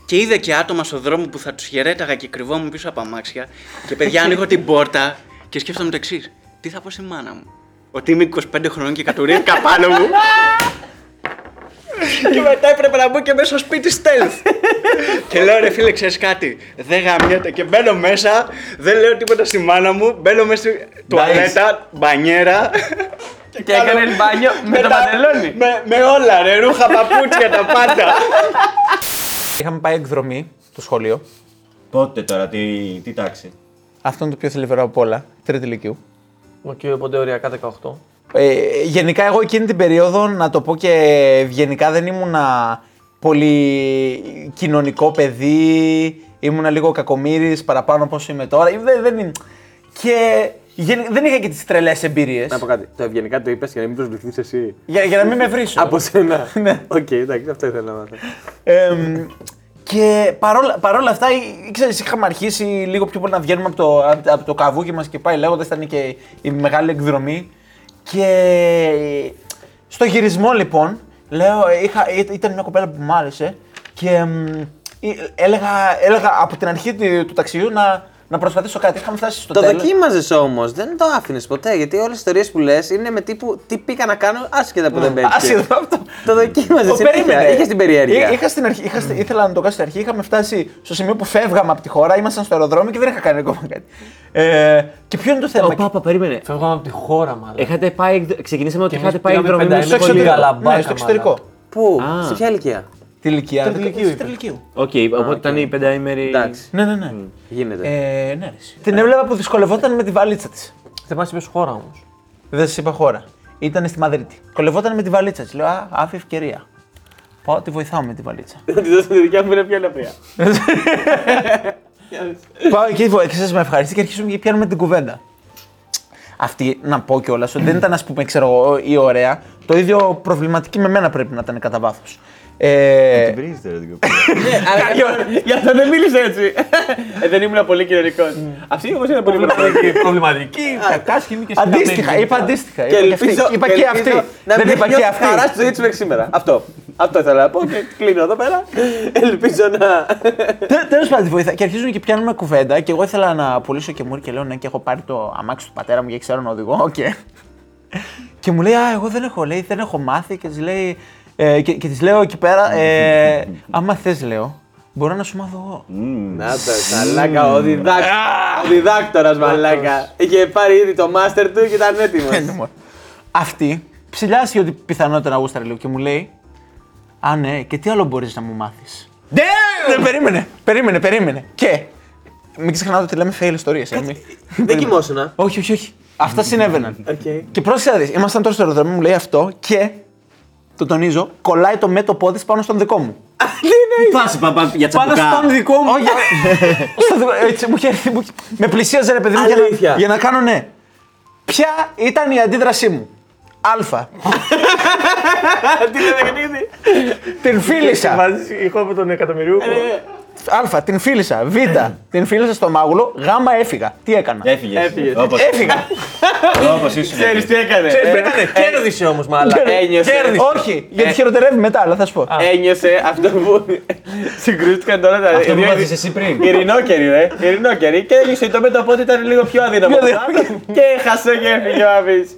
Speaker 9: Και είδα και άτομα στον δρόμο που θα τους χαιρέταγα και κρυβόμουν πίσω από αμάξια. Και παιδιά, ανοίγω την πόρτα και σκέφτομαι το εξής. Τι θα πω στη μάνα μου. Ότι είμαι 25 χρονών και κατουρήθηκα πάνω μου. και μετά έπρεπε να μπω και μέσα στο σπίτι stealth. και λέω ρε φίλε, ξέρεις κάτι. Δεν γαμιέται. Και μπαίνω μέσα, δεν λέω τίποτα στη μάνα μου. Μπαίνω μέσα στη τουαλέτα, μπανιέρα.
Speaker 2: Και έκανε μπάνιο με το
Speaker 9: τα-
Speaker 2: παντελόνι.
Speaker 9: Με, με όλα ρε, ρούχα, παπούτσια, τα πάντα.
Speaker 5: Είχαμε πάει εκδρομή στο σχολείο.
Speaker 6: πότε τώρα, τι, τι τάξη.
Speaker 5: Αυτό είναι το πιο θλιβερό από όλα. Τρίτη ηλικίου.
Speaker 4: Οκ, οπότε ωριακά 18.
Speaker 5: Ε, γενικά, εγώ εκείνη την περίοδο, να το πω και ευγενικά, δεν ήμουνα πολύ κοινωνικό παιδί. Ήμουνα λίγο κακομύρης παραπάνω από όσο είμαι τώρα. Ε, Δεν, δεν, είναι- και γεν- δεν είχα και τις τρελές εμπειρίες.
Speaker 2: Να πω κάτι. Το ευγενικά το είπες για να μην προσβληθεί εσύ.
Speaker 5: Για, για να μην με βρίσω.
Speaker 2: Από σένα. Ναι. Οκ, εντάξει, αυτό ήθελα να μάθω.
Speaker 5: Εμ, και παρόλα, παρόλα αυτά, ή- ξέρεις, είχαμε αρχίσει λίγο πιο πολύ να βγαίνουμε από το, από, από το καβούκι μας και πάει λέγοντα, ήταν και η μεγάλη εκδρομή. Και στο γυρισμό λοιπόν, λέω, είχα, ή- ήταν μια κοπέλα που μου άρεσε και εμ, ή- έλεγα, έλεγα από την αρχή του, του ταξιδιού να, να προσπαθήσω κάτι. Είχαμε φτάσει στο
Speaker 2: Το
Speaker 5: τέλος.
Speaker 2: δοκίμαζες όμως, δεν το άφηνες ποτέ. Γιατί όλες οι ιστορίες που λες είναι με τύπου τι πήγα να κάνω, άσχετα που δεν πέτυχε.
Speaker 5: Άσχετο αυτό.
Speaker 2: Το δοκίμαζε.
Speaker 5: Mm. Το περίμενε.
Speaker 2: Είχες την περιέργεια.
Speaker 5: Εί- Είχα στην αρχή, είχα, στη- ήθελα να το κάνω στην αρχή. Είχαμε φτάσει στο σημείο που φεύγαμε από τη χώρα, ήμασταν στο αεροδρόμιο και δεν είχα κάνει ακόμα κάτι. Ε, και ποιο είναι το θέμα.
Speaker 6: Ο Πάπα, περίμενε.
Speaker 4: Φεύγαμε από τη χώρα, μάλλον.
Speaker 6: Είχατε πάει, εκδο- ξεκινήσαμε ότι
Speaker 4: Και
Speaker 6: είχατε
Speaker 4: εμείς
Speaker 6: πάει
Speaker 4: πήγαμε
Speaker 6: εκδρομή
Speaker 4: πέντε
Speaker 6: με
Speaker 5: στο
Speaker 4: ημέρες.
Speaker 6: σχολείο.
Speaker 4: Πολύ καλά. Λαμπάκα,
Speaker 5: εξωτερικό. Ναι, στο εξωτερικό.
Speaker 4: μαλάκα.
Speaker 2: Πού,
Speaker 6: Α.
Speaker 2: σε ποια ηλικία.
Speaker 5: Τη ηλικία.
Speaker 4: Τρίτη
Speaker 5: δεκατέσσερα-
Speaker 4: ηλικίου
Speaker 5: τρίτη ηλικίου.
Speaker 6: Οκ, οπότε ήταν η πενταήμερη.
Speaker 2: Εντάξει,
Speaker 5: Ναι, ναι, ναι.
Speaker 2: γίνεται.
Speaker 5: Ε, ναι, ρε. Την έβλεπα που δυσκολευόταν με τη βαλίτσα της.
Speaker 4: Δεν μα είπες χώρα όμως.
Speaker 5: Δεν σας είπα χώρα. Ήταν στη Μαδρίτη. Κολευόταν με τη βαλίτσα της. Λέω, Α, άφη ευκαιρία.
Speaker 4: Πάω, τη βοηθάω με τη βαλίτσα.
Speaker 2: Θα τη δώσω τη δικιά μου, είναι πιο ελαφριά.
Speaker 4: Πάω εκεί, βοηθά με ευχαριστεί και αρχίζουμε και πιάνουμε την κουβέντα. Αυτή να πω κιόλας ότι δεν ήταν, ας πούμε, ξέρω εγώ, η ωραία. Το ίδιο προβληματική με μένα πρέπει να ήταν κατά βάθος. Ε,
Speaker 6: Βρίζετε ρε την κοπέλα.
Speaker 2: Ναι, Αλλά γι' αυτό- γι' αυτό δεν μίλησε έτσι. Ε, δεν ήμουν πολύ κοινωνικός. Αυτή όμως είναι πολύ προβληματική.
Speaker 5: Προβληματική, κακάσχημη και συγκεκριμένη.
Speaker 4: αντίστοιχα, είπα αντίστοιχα.
Speaker 2: Και
Speaker 4: Είπα και αυτή.
Speaker 2: ελπίζω,
Speaker 4: Είπα και αυτή.
Speaker 2: Να
Speaker 4: Δεν
Speaker 2: μην
Speaker 4: είπα και
Speaker 2: νιώθεις
Speaker 4: αυτή.
Speaker 2: Χαρά στο Twitch μέχρι σήμερα. Αυτό. Αυτό ήθελα να πω και κλείνω εδώ πέρα. Ελπίζω να.
Speaker 4: Τέλος πάντων, τη βοηθά. Και αρχίζουν και πιάνουμε κουβέντα. Και εγώ ήθελα να πουλήσω και μουρ και λέω ναι, και έχω πάρει το αμάξι του πατέρα μου και ξέρω να οδηγώ. οκ. και μου λέει, Α, εγώ δεν έχω, λέει, δεν έχω μάθει. Και της λέει, ε, και, και της λέω εκεί πέρα, ε, άμα θες, λέω, μπορώ να σου μάθω εγώ.
Speaker 2: Να το, μαλάκα, ο διδάκτορα. Ο διδάκτορας, μαλάκα. Είχε πάρει ήδη το μάστερ του και ήταν έτοιμος.
Speaker 4: Ναι, μωρέ. Αυτή ψηλιάσει ότι πιθανότατα να γούσταρε λίγο και μου λέει, Α, ναι, και τι άλλο μπορείς να μου μάθεις. Ναι, περίμενε, περίμενε, περίμενε. Και μην ξεχνάτε ότι λέμε fail ιστορίε.
Speaker 2: Δεν κοιμόσουνα.
Speaker 4: Όχι, όχι, όχι. Αυτά συνέβαιναν.
Speaker 2: Οκ.
Speaker 4: Και πρόσεχε να δεις, ήμασταν τώρα στο αεροδρόμιο, μου λέει αυτό και. Το τονίζω, κολλάει το μέτωπό της πάνω στον δικό μου.
Speaker 6: Πάσε παπά για
Speaker 4: Πάνω
Speaker 6: τσαπουκά.
Speaker 4: στον δικό μου! Όχι, στον δικό- έτσι μου είχε έρθει. μου είχε- Με πλησίαζε ρε παιδί μου για
Speaker 2: Αλήθεια.
Speaker 4: να, για να κάνω ναι. Ποια ήταν η αντίδρασή μου. Α.
Speaker 2: Τι λέτε, κνίδι.
Speaker 4: Την φίλησα.
Speaker 5: Βάζεις ηχό από τον εκατομμυρίου.
Speaker 4: Α. Την φίλησα. Β. Την φίλησα στο μάγουλο. Γ. Έφυγα. Τι έκανα.
Speaker 6: Έφυγες.
Speaker 2: Έφυγες.
Speaker 6: Όπως
Speaker 4: Έφυγα.
Speaker 6: όπως ήσουν.
Speaker 2: Ξέρεις τι έκανες. ε,
Speaker 5: Κέρδισε όμως μάλλον.
Speaker 2: Ένιωσε.
Speaker 4: Όχι, γιατί χειροτερεύει μετά, αλλά θα σου πω.
Speaker 2: Ένιωσε αυτό που συγκρούστηκαν τώρα τα
Speaker 6: Αυτό που
Speaker 2: δύο
Speaker 6: μάθεις εσύ πριν.
Speaker 2: Ειρηνόκερη, ρε. Ειρηνόκερη. Και ένιωσε το μέτωπο ότι ήταν λίγο πιο αδύναμο.
Speaker 4: Πιο αδύναμο.
Speaker 2: και έχασε και έφυγε ο Άβη.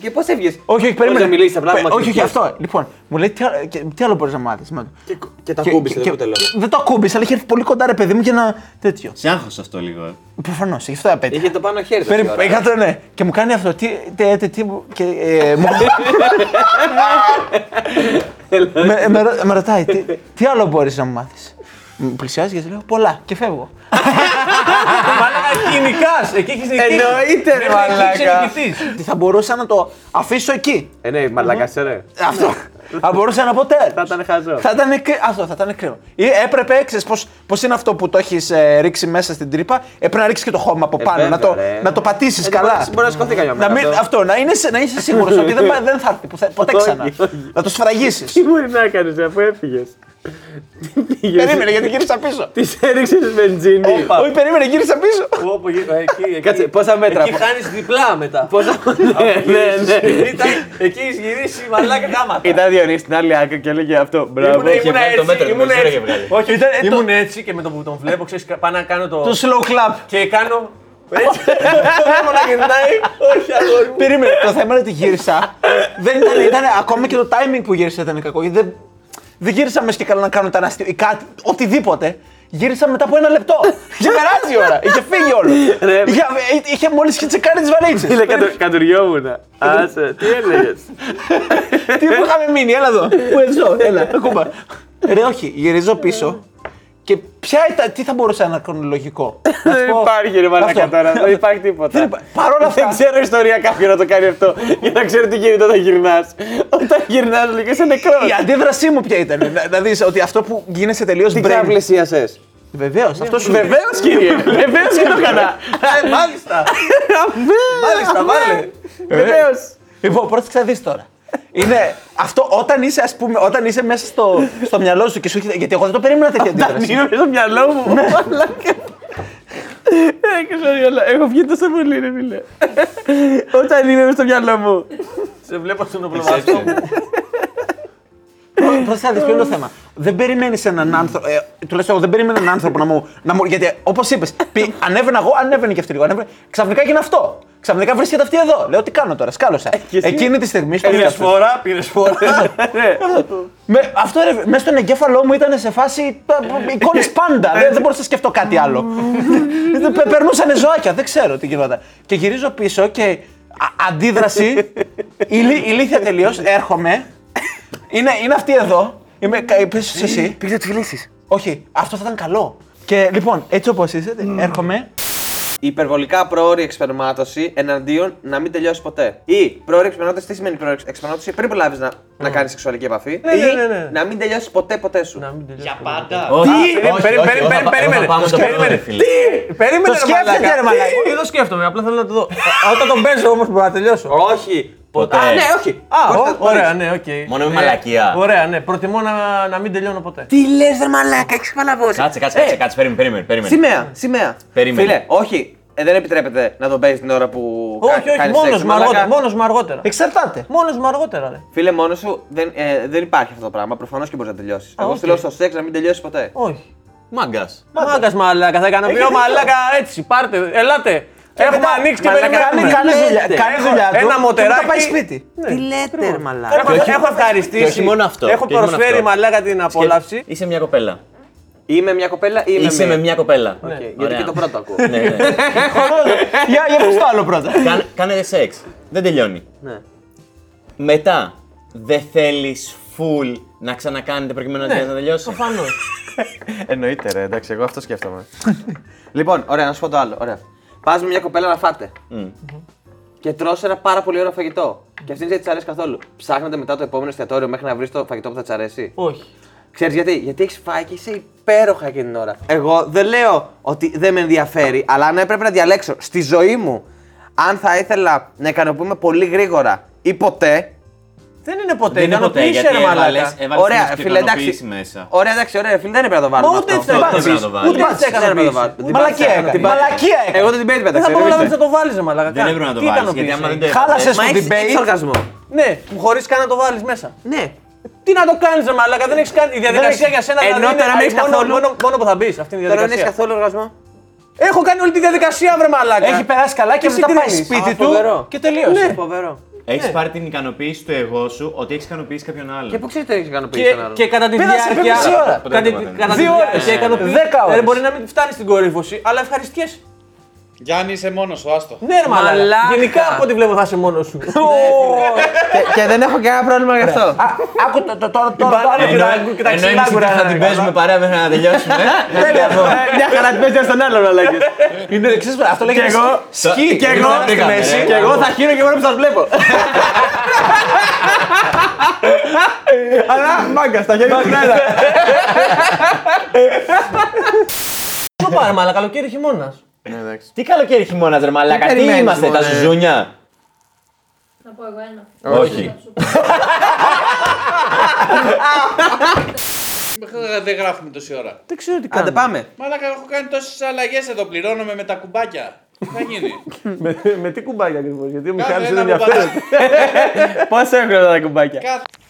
Speaker 2: Και πώ έφυγε.
Speaker 4: Όχι, όχι, περίμενε.
Speaker 2: να μιλήσεις απλά.
Speaker 4: Πε-
Speaker 2: άμα
Speaker 4: Όχι, όχι,
Speaker 2: ξεφύγεις.
Speaker 4: αυτό. Λοιπόν, μου λέει τι άλλο, και- τι άλλο μπορείς να μάθεις.
Speaker 2: Και, και τα κούμπησε, δεν το λέω.
Speaker 4: Δεν το ακούμπησε, αλλά είχε έρθει πολύ κοντά, ρε παιδί μου, για ένα τέτοιο.
Speaker 6: Σε άγχος αυτό λίγο. ε.
Speaker 4: Προφανώς, γι' αυτό απέτυχε.
Speaker 2: Είχε το πάνω χέρι. τόση
Speaker 4: Περίπου,
Speaker 2: ώρα.
Speaker 4: είχα το ναι. Και μου κάνει αυτό. Τι, τι, τι, τι μου- και, ε, μου... με, με, ρω- με ρωτάει, τι, τι άλλο μπορείς να μου μάθει. Πλησιάζει και της λέω πολλά και φεύγω.
Speaker 5: Μάλλον κοινικάς, Εκεί έχεις νικήσει.
Speaker 4: Εννοείται, ρε
Speaker 5: Πρέπει να εκεί
Speaker 4: μαλάκα.
Speaker 5: ξενικηθείς.
Speaker 4: Τι θα μπορούσα να το αφήσω εκεί.
Speaker 2: Ε, ναι, μαλακά, ρε.
Speaker 4: Αυτό. Ναι. Θα μπορούσα να πω τέλος.
Speaker 2: Θα ήταν χαζό.
Speaker 4: Θα ήταν κρύ- Αυτό θα ήταν κρύο. Ή έπρεπε, ξέρεις πώς πώς είναι αυτό που το έχεις ρίξει μέσα στην τρύπα, έπρεπε να ρίξεις και το χώμα από Ε, πάνω,
Speaker 2: Ε, βέβαια,
Speaker 4: να, το,
Speaker 2: ρε.
Speaker 4: να το πατήσεις
Speaker 2: Ε,
Speaker 4: καλά.
Speaker 2: μπορεί- Μπορεί να σκοτθεί καμιά
Speaker 4: Να
Speaker 2: μέρα.
Speaker 4: μην,
Speaker 2: αυτό.
Speaker 4: αυτό, να, είναι, σε- να είσαι σίγουρος ότι δεν, πα- δεν θα έρθει πουθε- ποτέ
Speaker 2: Όχι,
Speaker 4: ξανά.
Speaker 2: όχι.
Speaker 4: να το σφραγίσεις.
Speaker 2: Τι μπορεί να κάνεις αφού έφυγες.
Speaker 4: περίμενε, γιατί γύρισα πίσω.
Speaker 2: Τη έριξε βενζίνη.
Speaker 4: Όχι, περίμενε, γύρισα πίσω.
Speaker 5: Όπου γύρω- εκεί, εκεί-
Speaker 2: Ε, Κάτσε, πόσα μέτρα.
Speaker 5: Εκεί χάνεις διπλά μετά.
Speaker 2: Πόσα. Ναι, ναι, ναι.
Speaker 5: Ήταν- Εκεί έχεις γυρίσει μαλάκα γάματα.
Speaker 2: Ήταν Διονύση στην άλλη άκρη και έλεγε αυτό. Μπράβο.
Speaker 5: Ήμουν- ήμουν
Speaker 6: βγάλει το
Speaker 5: έτσι,
Speaker 6: μέτρο,
Speaker 5: ήμουν
Speaker 6: δεν ξέρω
Speaker 5: έτσι.
Speaker 6: και βγάλει.
Speaker 5: Όχι, ήταν- ήμουν έτσι και με το που τον βλέπω, ξέρεις, πάω να κάνω το...
Speaker 4: ε, Το slow clap.
Speaker 5: Και κάνω... Έτσι, το βλέπω να γυρνάει, όχι αγόρι μου.
Speaker 4: Περίμενε. το θέμα είναι ότι γύρισα. δεν ήταν, ήταν ακόμα και το timing που γύρισα ήταν κακό. γιατί Δεν, δεν γύρισα μέσα και καλά να κάνω τεράστιο ή κάτι, οτιδήποτε. Γύρισα μετά από ένα λεπτό. Είχε περάσει η ώρα. Είχε φύγει όλο.
Speaker 2: Ρε.
Speaker 4: είχε είχε μόλι τσεκάρει τις βαλίτσες.
Speaker 2: Φίλε, Ε, κατου- κατουριόμουν. Άσε, τι έλεγες.
Speaker 4: Τι που είχαμε μείνει, έλα εδώ. Ε, Πού εδώ, έλα, ακούμπα. Ρε, όχι, γυρίζω πίσω. Και ποια ήταν, τι θα μπορούσε να είναι χρονολογικό. Να σου
Speaker 2: Δεν
Speaker 4: πω-
Speaker 2: υπάρχει ρε μαλακά
Speaker 4: Αυτό.
Speaker 2: τώρα, δεν υπάρχει
Speaker 4: Δεν
Speaker 2: τίποτα.
Speaker 4: υπά- Παρ' όλα
Speaker 2: Δεν
Speaker 4: αυτά.
Speaker 2: ξέρω ιστορία κάποιου να το κάνει αυτό για να ξέρω τι γίνεται όταν γυρνάς. Όταν γυρνάς, λέει και είσαι νεκρός.
Speaker 4: Η αντίδρασή μου ποια ήταν. να- Να δεις ότι αυτό που γίνεσαι τελείως
Speaker 2: Τι
Speaker 4: brain.
Speaker 2: ξαπλησίασε.
Speaker 4: Βεβαίως, αυτό σου λέει.
Speaker 2: Βεβαίως κύριε, βεβαίως και το έκανα.
Speaker 4: Ε, Μάλιστα. Μάλιστα, βάλε.
Speaker 2: Βεβαίως.
Speaker 4: Ε, Λοιπόν, πρόσεξε να δεις τώρα. Είναι αυτό όταν είσαι, ας πούμε, όταν είσαι μέσα στο, στο μυαλό σου και σου έρχεται- Γιατί εγώ δεν το περίμενα τέτοια αντίδραση. Ναι.
Speaker 2: Ανοίγω στο μυαλό μου. μαλάκα. Ε, ξέρω, όλα. Έχω βγει τόσο πολύ, ρε φίλε. Όταν είμαι μες στο μυαλό μου.
Speaker 5: Σε βλέπω στον οπλοβαστό μου.
Speaker 4: Πρόσεξε να δεις ποιο είναι το θέμα. Δεν περιμένεις έναν άνθρωπο. Ε, τουλάχιστον εγώ δεν περίμενα έναν άνθρωπο να μου. Να μου γιατί όπως είπες, ανέβαινα εγώ, ανέβαινε και αυτή λίγο. ανέβαινε. Ξαφνικά έγινε αυτό. Ξαφνικά βρίσκεται αυτή εδώ. Λέω τι κάνω τώρα, σκάλωσα.
Speaker 2: Ε, και εσύ-
Speaker 4: Εκείνη τη στιγμή στο
Speaker 5: Πήρες
Speaker 4: διάστημα-
Speaker 5: φορά, πήρες φορά.
Speaker 2: Ναι.
Speaker 4: Με, αυτό ρε, μέσα στον εγκέφαλό μου ήταν σε φάση εικόνες πάντα. δεν, δεν μπορούσα να σκεφτώ κάτι άλλο. Δεν- πε- Περνούσανε ζωάκια, δεν ξέρω τι γινόταν. Και γυρίζω πίσω και α- αντίδραση, ηλί- ηλίθεια τελείως, έρχομαι. Είναι, είναι αυτή εδώ. Είμαι, κα- πες τους εσύ. Πήγες να τη φιλήσεις. Όχι, αυτό θα ήταν καλό. Και λοιπόν, έτσι όπως είστε, έρχομαι.
Speaker 2: Η υπερβολικά πρόωρη εξπερμάτωση εναντίον να μην τελειώσει ποτέ. Ή πρόωρη εξπερμάτωση, τι σημαίνει πρόωρη εξπερμάτωση, πριν προλάβεις να, να κάνεις σεξουαλική επαφή.
Speaker 4: Ναι,
Speaker 2: ή
Speaker 4: ναι, ναι, ναι.
Speaker 2: να μην τελειώσει ποτέ ποτέ σου.
Speaker 4: Να μην τελειώσει.
Speaker 9: Για
Speaker 4: ποτέ.
Speaker 9: πάντα.
Speaker 6: Όχι,
Speaker 4: Τι!
Speaker 6: όχι, όχι,
Speaker 4: Περίμενε, περίμενε,
Speaker 6: εγώ θα- εγώ θα
Speaker 4: περίμενε.
Speaker 6: πάω με το
Speaker 4: Περίμενε.
Speaker 6: πρώτο, ρε φίλε.
Speaker 4: Τι! Περίμενε, ρε
Speaker 5: σκέφτεται,
Speaker 4: μαλάκα.
Speaker 5: ρε μαλάκα.
Speaker 4: Τι! Δεν το σκέφτομαι, απλά θέλω να το δω. Α, Όταν τον παίζω όμω μπορώ να τελειώσω.
Speaker 2: Όχι. Ποτέ.
Speaker 6: Ποτέ.
Speaker 2: Α, ναι, όχι.
Speaker 4: Α,
Speaker 2: Μπορείς
Speaker 4: ω,
Speaker 2: να το
Speaker 4: ωραία,
Speaker 2: πάρεις.
Speaker 4: ναι, οκ.
Speaker 6: Μόνο με
Speaker 4: Ε,
Speaker 6: μαλακία.
Speaker 4: Ωραία, ναι. Προτιμώ να, να μην τελειώνω ποτέ.
Speaker 2: Τι λες, ρε μαλάκα, έχεις παλαβώσει.
Speaker 6: Κάτσε, κάτσε, κάτσε, κάτσε, περίμενε, περίμενε. περίμενε.
Speaker 2: Σημαία, σημαία.
Speaker 6: Περίμενε.
Speaker 2: Φίλε, όχι. Ε, δεν επιτρέπεται να τον παίζεις την ώρα που. κα-
Speaker 4: Όχι, όχι,
Speaker 2: κάνεις σεξ,
Speaker 4: μόνο μου
Speaker 2: μαλάκα.
Speaker 4: αργότερα. Μόνος μου αργότερα.
Speaker 5: Εξαρτάται.
Speaker 4: Μόνος μου αργότερα, ρε.
Speaker 2: Φίλε, μόνος σου δεν, ε, δεν υπάρχει αυτό το πράγμα. Προφανώς και μπορείς να τελειώσεις.
Speaker 4: Α,
Speaker 2: Εγώ
Speaker 4: οκ.
Speaker 2: σου λέω στο σεξ να μην τελειώσει ποτέ.
Speaker 4: Όχι.
Speaker 6: Μάγκας.
Speaker 4: Μάγκας μαλάκα, θα έκανα πιο μαλάκα έτσι. Πάρτε, ελάτε. Έχουμε ανοίξει και
Speaker 2: μαλάκα,
Speaker 4: περιμένουμε.
Speaker 2: κάνει
Speaker 5: Κάνει δουλειά,
Speaker 2: λέτε.
Speaker 5: κάνει δουλειά του.
Speaker 4: Ένα
Speaker 5: και μετά
Speaker 4: μοτεράκι. Ναι,
Speaker 5: πάει σπίτι.
Speaker 2: Τι λέτε, ρε μαλάκα.
Speaker 4: Έχω, έχω ευχαριστήσει.
Speaker 6: και όχι μόνο αυτό,
Speaker 4: Έχω
Speaker 6: και όχι μόνο
Speaker 4: προσφέρει
Speaker 6: αυτό.
Speaker 4: μαλάκα την απόλαυση.
Speaker 6: Είσαι μια κοπέλα.
Speaker 2: Είμαι μια κοπέλα ή είμαι
Speaker 6: Είσαι με μια κοπέλα.
Speaker 4: Ναι.
Speaker 2: Γιατί και το πρώτο ακούω.
Speaker 6: Ναι, ναι.
Speaker 5: Για, για πες το άλλο πρώτα.
Speaker 6: Ε, Κάνε- Κάνετε σεξ. Δεν τελειώνει.
Speaker 2: Ναι.
Speaker 6: Μετά, δεν θέλεις full να ξανακάνετε προκειμένου να τελειώσει. Προφανώς.
Speaker 3: Εννοείται, ρε, εντάξει, εγώ αυτό σκέφτομαι. λοιπόν,
Speaker 2: Ωραία, να σου πω το άλλο. Ωραία. Πας με μια κοπέλα να φάτε. Και τρώ ένα πάρα πολύ ωραίο φαγητό. Και αυτήν δεν της αρέσει καθόλου. Ψάχνετε μετά το επόμενο εστιατόριο μέχρι να βρεις το φαγητό που θα της αρέσει.
Speaker 4: Όχι.
Speaker 2: Ξέρεις γιατί, γιατί έχεις φάει και είσαι υπέροχα εκείνη την ώρα. Εγώ δεν λέω ότι δεν με ενδιαφέρει, αλλά αν έπρεπε να διαλέξω στη ζωή μου αν θα ήθελα να ικανοποιούμε πολύ γρήγορα ή ποτέ.
Speaker 4: Δεν είναι ποτέ.
Speaker 6: Δεν είναι ποτέ
Speaker 4: ικανοποίησε,
Speaker 6: γιατί
Speaker 4: ρε μαλάκα.
Speaker 6: έβαλες, έβαλες
Speaker 2: ωραία,
Speaker 6: την
Speaker 2: φίλε, εντάξει.
Speaker 6: ικανοποίηση μέσα.
Speaker 2: Ωραία, εντάξει, ωραία, φίλε, δεν έπρεπε να το βάλουμε.
Speaker 4: Μα ούτε
Speaker 2: αυτό.
Speaker 4: έτσι
Speaker 6: Αυτό
Speaker 4: θα το
Speaker 6: δεν θα το
Speaker 4: βάλεις. Ούτε
Speaker 6: βάλεις.
Speaker 4: έτσι θα έκανα
Speaker 2: Δεν
Speaker 4: να βάλεις.
Speaker 2: έπρεπε να το βάλω.
Speaker 5: Μαλακία
Speaker 2: Την
Speaker 5: έκανε.
Speaker 2: πάτησα, την πάτησα.
Speaker 5: Μαλακία έκανε.
Speaker 2: Εγώ την debate
Speaker 4: Δεν θα
Speaker 2: πέταξα.
Speaker 4: προλάβεις να το βάλεις, ρε μαλάκα.
Speaker 6: Δεν έπρεπε να το
Speaker 4: Τι
Speaker 6: βάλεις. Γιατί
Speaker 4: ικανοποίησε.
Speaker 6: άμα δεν το
Speaker 5: Χάλασες
Speaker 6: έβαλες-
Speaker 5: το
Speaker 2: Μα έχεις-
Speaker 5: debate.
Speaker 2: έχεις οργασμό.
Speaker 4: Ναι, χωρίς καν να το βάλεις μέσα.
Speaker 2: Ναι.
Speaker 4: Τι να το κάνεις, ρε μαλάκα, δεν έχεις κάνει. Η διαδικασία για σένα
Speaker 2: Ενώ
Speaker 4: δηλαδή είναι
Speaker 2: τώρα μην έχεις
Speaker 4: μόνο-
Speaker 2: καθόλου-
Speaker 4: μόνο- Μόνο που θα μπεις αυτή είναι η
Speaker 2: Τώρα δεν έχεις
Speaker 4: διαδικασία.
Speaker 2: καθόλου οργασμό.
Speaker 4: Έχω κάνει όλη τη διαδικασία, βρε μαλάκα.
Speaker 5: Έχει περάσει καλά και
Speaker 4: Εσύ
Speaker 5: μετά
Speaker 4: τι
Speaker 5: πάει
Speaker 4: κάνεις?
Speaker 5: σπίτι
Speaker 2: Α,
Speaker 5: του
Speaker 2: φοβερό.
Speaker 5: και τελείωσε.
Speaker 4: Ναι.
Speaker 2: Φοβερό.
Speaker 6: Έχεις πάρει την ικανοποίηση του εγώ σου ότι έχεις ικανοποιήσει κάποιον άλλον.
Speaker 2: Και πού ξέρει ότι έχεις ικανοποιήσει
Speaker 4: Και,
Speaker 2: τον άλλον.
Speaker 4: και κατά τη
Speaker 5: Πέρασε
Speaker 4: διάρκεια.
Speaker 5: πέμπτιση ώρα.
Speaker 4: Κατά τη- κατά τη
Speaker 5: Δύο
Speaker 4: διάρκεια
Speaker 5: ώρες.
Speaker 4: ικανοποιεί-
Speaker 5: Δέκα ώρες.
Speaker 4: Ε, Μπορεί να μην φτάνει στην κορύφωση, αλλά ευχαριστιέσαι.
Speaker 1: Γιάννη, είσαι μόνος σου, άστο.
Speaker 4: Ναι, ρε μαλάκα.
Speaker 2: Μαλάκα.
Speaker 4: Γενικά από ό,τι βλέπω θα είσαι μόνος σου. Ναι,
Speaker 2: Και- και δεν έχω κανένα πρόβλημα γι' αυτό.
Speaker 5: Α, Άκου το- το τώρα. τώρα-
Speaker 4: μπάλα
Speaker 5: τώρα-
Speaker 4: και τα-
Speaker 6: Ενώ-
Speaker 4: και τα
Speaker 6: Ενώ
Speaker 4: ξυλάκουρα,
Speaker 6: εμείς
Speaker 4: ρε,
Speaker 6: θα
Speaker 4: ρε,
Speaker 6: την
Speaker 4: καλά.
Speaker 6: παίζουμε παρέα μέχρι να τελειώσουμε. ε.
Speaker 2: Μια χαρά την παίζεις στον άλλον, αλλά και.
Speaker 5: Είναι, ξέρεις, αυτό λέγεται. Και εγώ. Σκι.
Speaker 6: Και εγώ στη μέση.
Speaker 2: Και εγώ θα χύρω και μόνο που σας βλέπω.
Speaker 5: Αλλά μάγκα, τα χέρια μου.
Speaker 4: Πού πάρε μαλάκα, καλοκαίρι χειμώνας.
Speaker 6: Τι καλοκαίρι χειμώνας ρε μαλάκα, τι
Speaker 5: περιμένεις,
Speaker 6: είμαστε, τα
Speaker 5: μωρέ.
Speaker 6: ζουζούνια.
Speaker 7: Να πω εγώ ένα.
Speaker 6: Όχι.
Speaker 1: Δεν γράφουμε τόση ώρα.
Speaker 4: Δεν ξέρω τι
Speaker 2: Άντε
Speaker 4: κάνω.
Speaker 2: πάμε.
Speaker 1: Μαλάκα, έχω κάνει τόσες αλλαγές εδώ. Πληρώνομαι με τα κουμπάκια. Τι θα γίνει.
Speaker 4: Με, με τι κουμπάκια ακριβώς, γιατί ο
Speaker 1: Κάθε
Speaker 4: Μιχάλης
Speaker 1: ένα
Speaker 4: δεν ενδιαφέρεται.
Speaker 1: κουμπάκι.
Speaker 2: Πόσο έχουν αυτά τα κουμπάκια.
Speaker 1: Κάθε